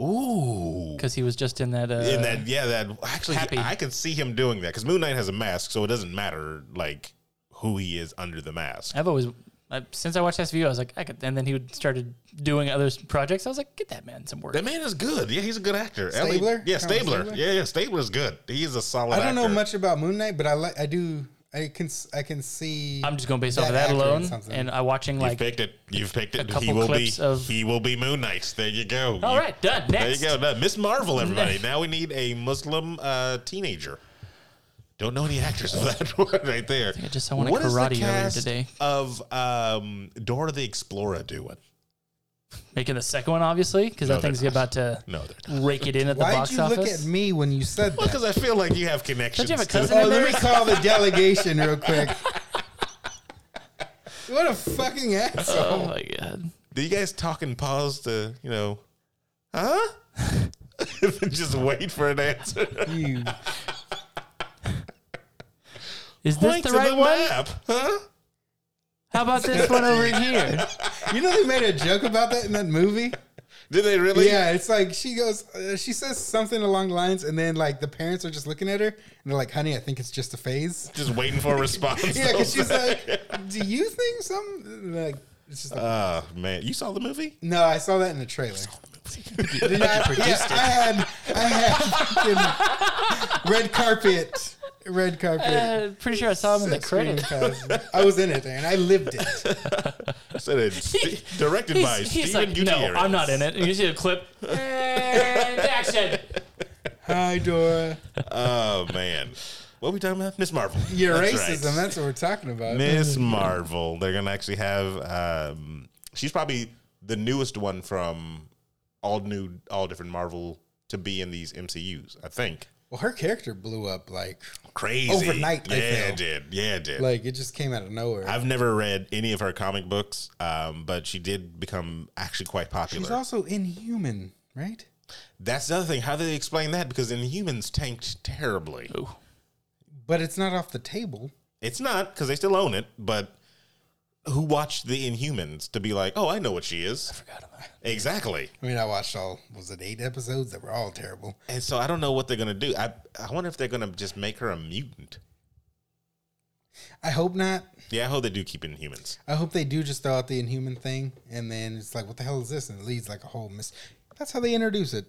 Ooh. because he was just in that. Uh, In that, yeah, that actually, Happy. I can see him doing that because Moon Knight has a mask, so it doesn't matter like who he is under the mask. I've always. I, since I watched SVU, I was like, I could, and then he would started doing other s- projects. I was like, get that man some work. That man is good. Yeah, he's a good actor. Ellie- Stabler? Colonel yeah, Stabler. Stabler? Yeah, yeah, Stabler's good. He is a solid. I don't know actor. much about Moon Knight, but I like I do I can s- I can see. I'm just going based off of that that actor in alone, something. and I watching You've like, picked it. You've picked it. couple He will be. clips of- Oh, He will be Moon Knight. There you go. All You- right, done. There you Next. go. Done. Miss Marvel, everybody. now we need a Muslim uh, teenager. Don't know any actors of that one right there. I just saw one at What is the karate earlier cast today. Of um, Dora the Explorer doing. making the second one, obviously, because No, that thing's they're about to No, they're not. rake it in at the Why'd box you office. look at me when you said Well, that? because I feel like you have connections. have a to cousin that. Oh, let me call the delegation real quick. What a fucking asshole! Oh my god! Do you guys talk and pause to, you know, huh? Just wait for an answer. You Is this Point the to right one? map, huh? How about this one over here? You know they made a joke about that in that movie. Did they really? Yeah, it's like she goes, uh, she says something along the lines, and then like the parents are just looking at her and they're like, "Honey, I think it's just a phase." Just waiting for a response. Yeah, because she's like, "Do you think something?" and, Like, it's just like, oh man, you saw the movie? no, I saw that in the trailer. Did not, yeah, I had, I had fucking red carpet, red carpet. Uh, pretty sure I saw him in the screen credits. because I was in it and I lived it. I said it's sti- directed by He's, he's Steven like, no, Gutierrez. I'm not in it. You see a clip. And action. Hi, Dora. Oh man, what are we talking about? Miss Marvel. Your That's racism. right. That's what we're talking about. Miss Marvel. They're gonna actually have. Um, she's probably the newest one from all new, all different Marvel to be in these MCUs. I think Well, her character blew up like, crazy Overnight, Yeah, I it feel. did. Yeah, it did. like it just came out of nowhere. I've never read any of her comic books, um, but she did become actually quite popular. She's also inhuman, right? That's the other thing. How do they explain that? Because Inhumans tanked terribly. But it's not off the table. It's not because they still own it, but who watched the Inhumans to be like, oh, I know what she is? I forgot about Exactly. I mean, I watched all was it eight episodes that were all terrible. And so I don't know what they're gonna do. I I wonder if they're gonna just make her a mutant. I hope not. Yeah, I hope they do keep Inhumans. I hope they do just throw out the inhuman thing, and then it's like, what the hell is this? And it leads like a whole miss. That's how they introduce it.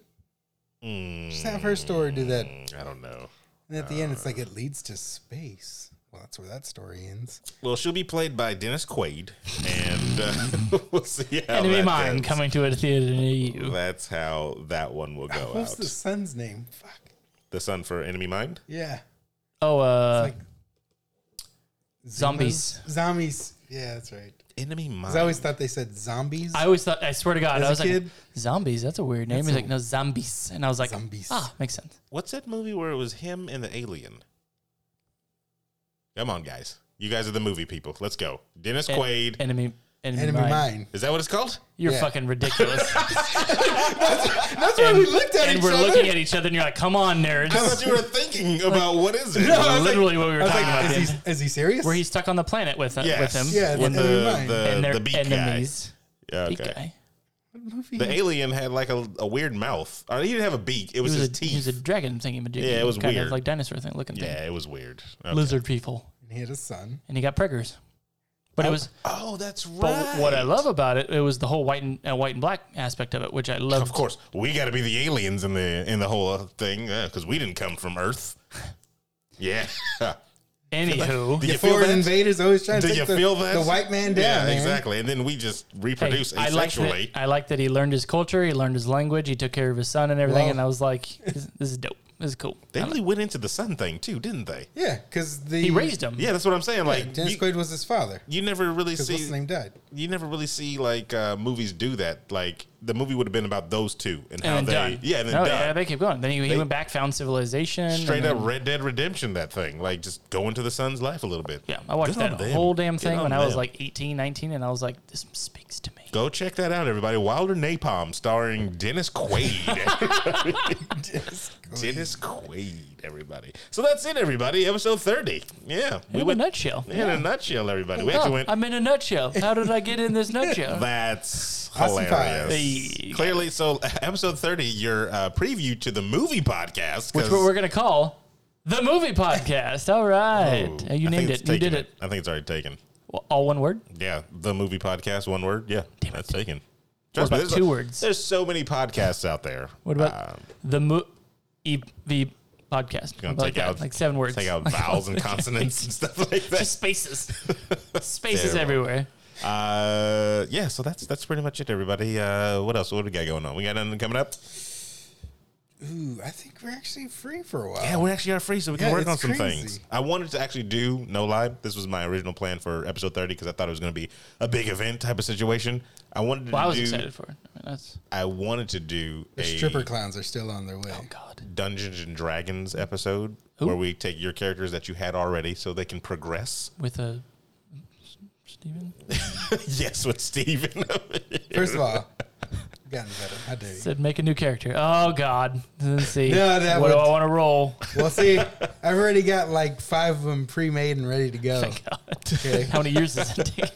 Just have her story do that, and Mm, I don't know. at the end, it's like it leads to space. Well, that's where that story ends. Well, she'll be played by Dennis Quaid, and uh, we'll see Oh, how Enemy that mine goes. coming to a theater near you. That's how that one will go What's out. the son's name? Fuck. The son for Enemy Mind. Yeah. Oh, uh, like- Zombies. Zombies. Yeah, that's right. Enemy Mind. 'Cause I always thought they said zombies. I always thought. I swear to God, As I a was like, kid- zombies. That's a weird name. He's like, no, zombies. And I was like, Zombies. ah, makes sense. What's that movie where it was him and the alien? Come on, guys. You guys are the movie people. Let's go. Dennis En- Quaid. Enemy. Enemy, Enemy mine. mine. is that what it's called? You're Yeah. fucking ridiculous. That's why we looked at and each we're other. looking at each other, and you're like, "Come on, nerds!" I thought you were thinking about what is it? No, I was literally what we were I was talking like, about. is then. he, is he serious? where he's stuck on the planet with Yes. with him. Yeah, with it's the, Enemy Mind. the, and the, they're beak enemies. guy. Yeah, Beak okay. guy. What movie? The alien had like a, a weird mouth. Or he didn't have a beak. It was, He was, his a, he was teeth. a dragon thingy majig. Yeah, it was kind weird. of like dinosaur thing looking thing. yeah, it was weird. Okay. Lizard people. he had a son. And he got prickers. But it was Oh, that's right. but what I love about it, it was the whole white and uh, white and black aspect of it, which I love. Of course, we got to be the aliens in the in the whole uh, thing because we didn't come from Earth. Yeah. Anywho, Do The you feel foreign that? invaders always trying to Do take you the, feel that? the white man down. Yeah, man. exactly. And then we just hey, reproduce I like asexually. that. I like that he learned his culture, he learned his language, he took care of his son and everything. Well- and I was like, this, this is dope. This is cool. they really went into the sun thing too, didn't they? Yeah, because the He raised him. Yeah, that's what I'm saying. Like Dennis you, Quaid was his father. you never really Because what's his see name died? you never really see like uh, movies do that. Like the movie would have been about those two and, how And they then done. yeah, and then No, done. yeah, they keep going. Then he, he They- went back, found civilization. and Straight up then- Red Dead Redemption, that thing. Like just go into the sun's life a little bit. Yeah, I watched Good on that them. whole damn Good thing on when I was them. like 18, 19, and I was like, this speaks to me. Go check that out, everybody. Wilder Napalm, starring Dennis Quaid. Dennis Quaid, everybody. So that's it, everybody. Episode thirty. Yeah, We in a nutshell. in a nutshell, everybody. We Oh, actually went. I'm in a nutshell. How did I get in this nutshell? That's Hustle hilarious. Hey. Clearly, so episode thirty, your uh, preview to the movie podcast. Which what we're gonna call the movie podcast. All right, Uh, you named it. You did it. I think Oh, it's already taken. Well, All one word. Yeah, the movie podcast, one word. Yeah, that's taken. Trust about there's two words? There's so many podcasts out there. Um, What about the mo- e- v podcast? gonna Like take that, out like seven words. Take out vowels and consonants and stuff like that. Just spaces. spaces Terrible. everywhere. Uh, yeah, so that's that's pretty much it, everybody. Uh, what else? What do we got going on? We got anything coming up? Ooh, I think we're actually free for a while. Yeah, we actually are free, so we can Yeah, work on it's some crazy. things. I wanted to actually do no lie. This was my original plan for episode thirty because I thought it was going to be a big event type of situation. I wanted to Well, I was do. excited for it. I mean, that's I wanted to do The a stripper clowns are still on their way. Oh, God. Dungeons and Dragons episode where we take your characters that you had already so they can progress. With a Stephen yes, with Steven. First of all, gotten better. How dare you? said, make a new character. Oh God. Let's see. No, that what do would- I want to roll? Well, see, I've already got like five of them pre-made and ready to go. Okay, How many years does that take?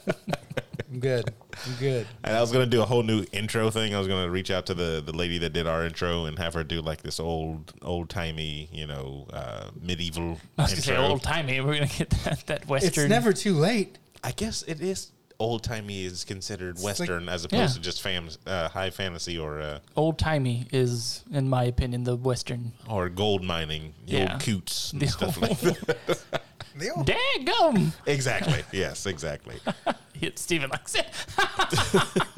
I'm good. I'm good. And I was gonna do a whole new intro thing. I was gonna reach out to the, the lady that did our intro and have her do like this old old timey, you know, uh, medieval I was gonna say intro. old timey. We're gonna get that that It's western. never too late. I guess it is old timey is considered like- western as opposed Yeah. to just fam uh, high fantasy or uh, old timey is, in my opinion, the western. or gold mining, the Yeah. old coots and The stuff like that. They all- Daggum! Exactly. Yes, exactly. Hit Stephen like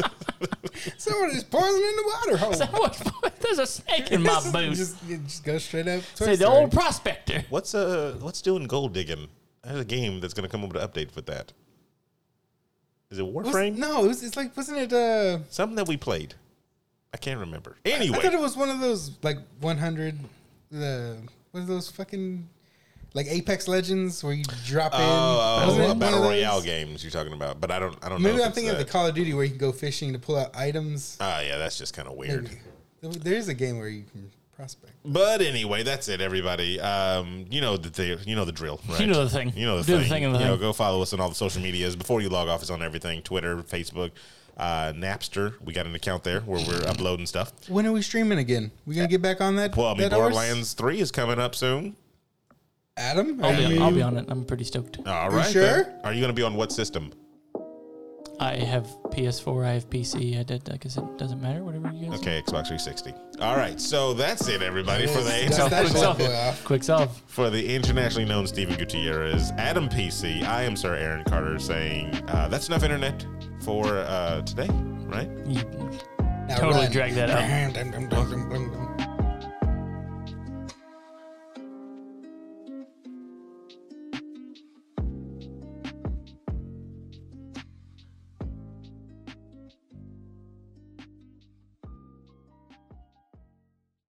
Someone is poisoning the water hole. There's a snake in my boot. just, you just go straight up. Toy Say the Story. old prospector. What's uh what's doing gold digging? There's a game that's gonna come up with an update for that. Is it Was- Warframe? No, it was, it's like wasn't it? Uh, Something that we played. I can't remember. I thought it Anyway, was one of those like 100. The what are those fucking like Apex Legends where you drop in? oh, Wasn't it uh, one battle of those? royale games you're talking about, but I don't I don't know. Maybe if I'm it's thinking of the that. Call of Duty where you can go fishing to pull out items. Ah, yeah, that's just kind of weird. Maybe. There is a game where you can prospect. But anyway, that's it, everybody. Um, you know the thing, you know the drill, right? know the thing. You know the Do thing. the thing and the you know, thing. go follow us on all the social medias before you log off. It's on everything: Twitter, Facebook, uh, Napster. We got an account there where we're uploading stuff. When are we streaming again? We gonna get back on that? Well, I mean, that horse? Borderlands Three is coming up soon. Adam, I'll be, Adam, I'll you- be on it. I'm pretty stoked. All You right. sure? then. Are you going to be on what system? I have PS4. I have PC. I did. I guess it doesn't matter. Whatever you guys. Okay, Xbox 360. All right. So that's it, everybody, for the That's that quick bad solve. boy off. Quick solve. for the internationally known Steven Gutierrez, Adam PC. I am Sir Aaron Carter saying uh, that's enough internet for uh, today, right? You Now totally run. drag that out. Dum, dum, dum, dum, dum, dum.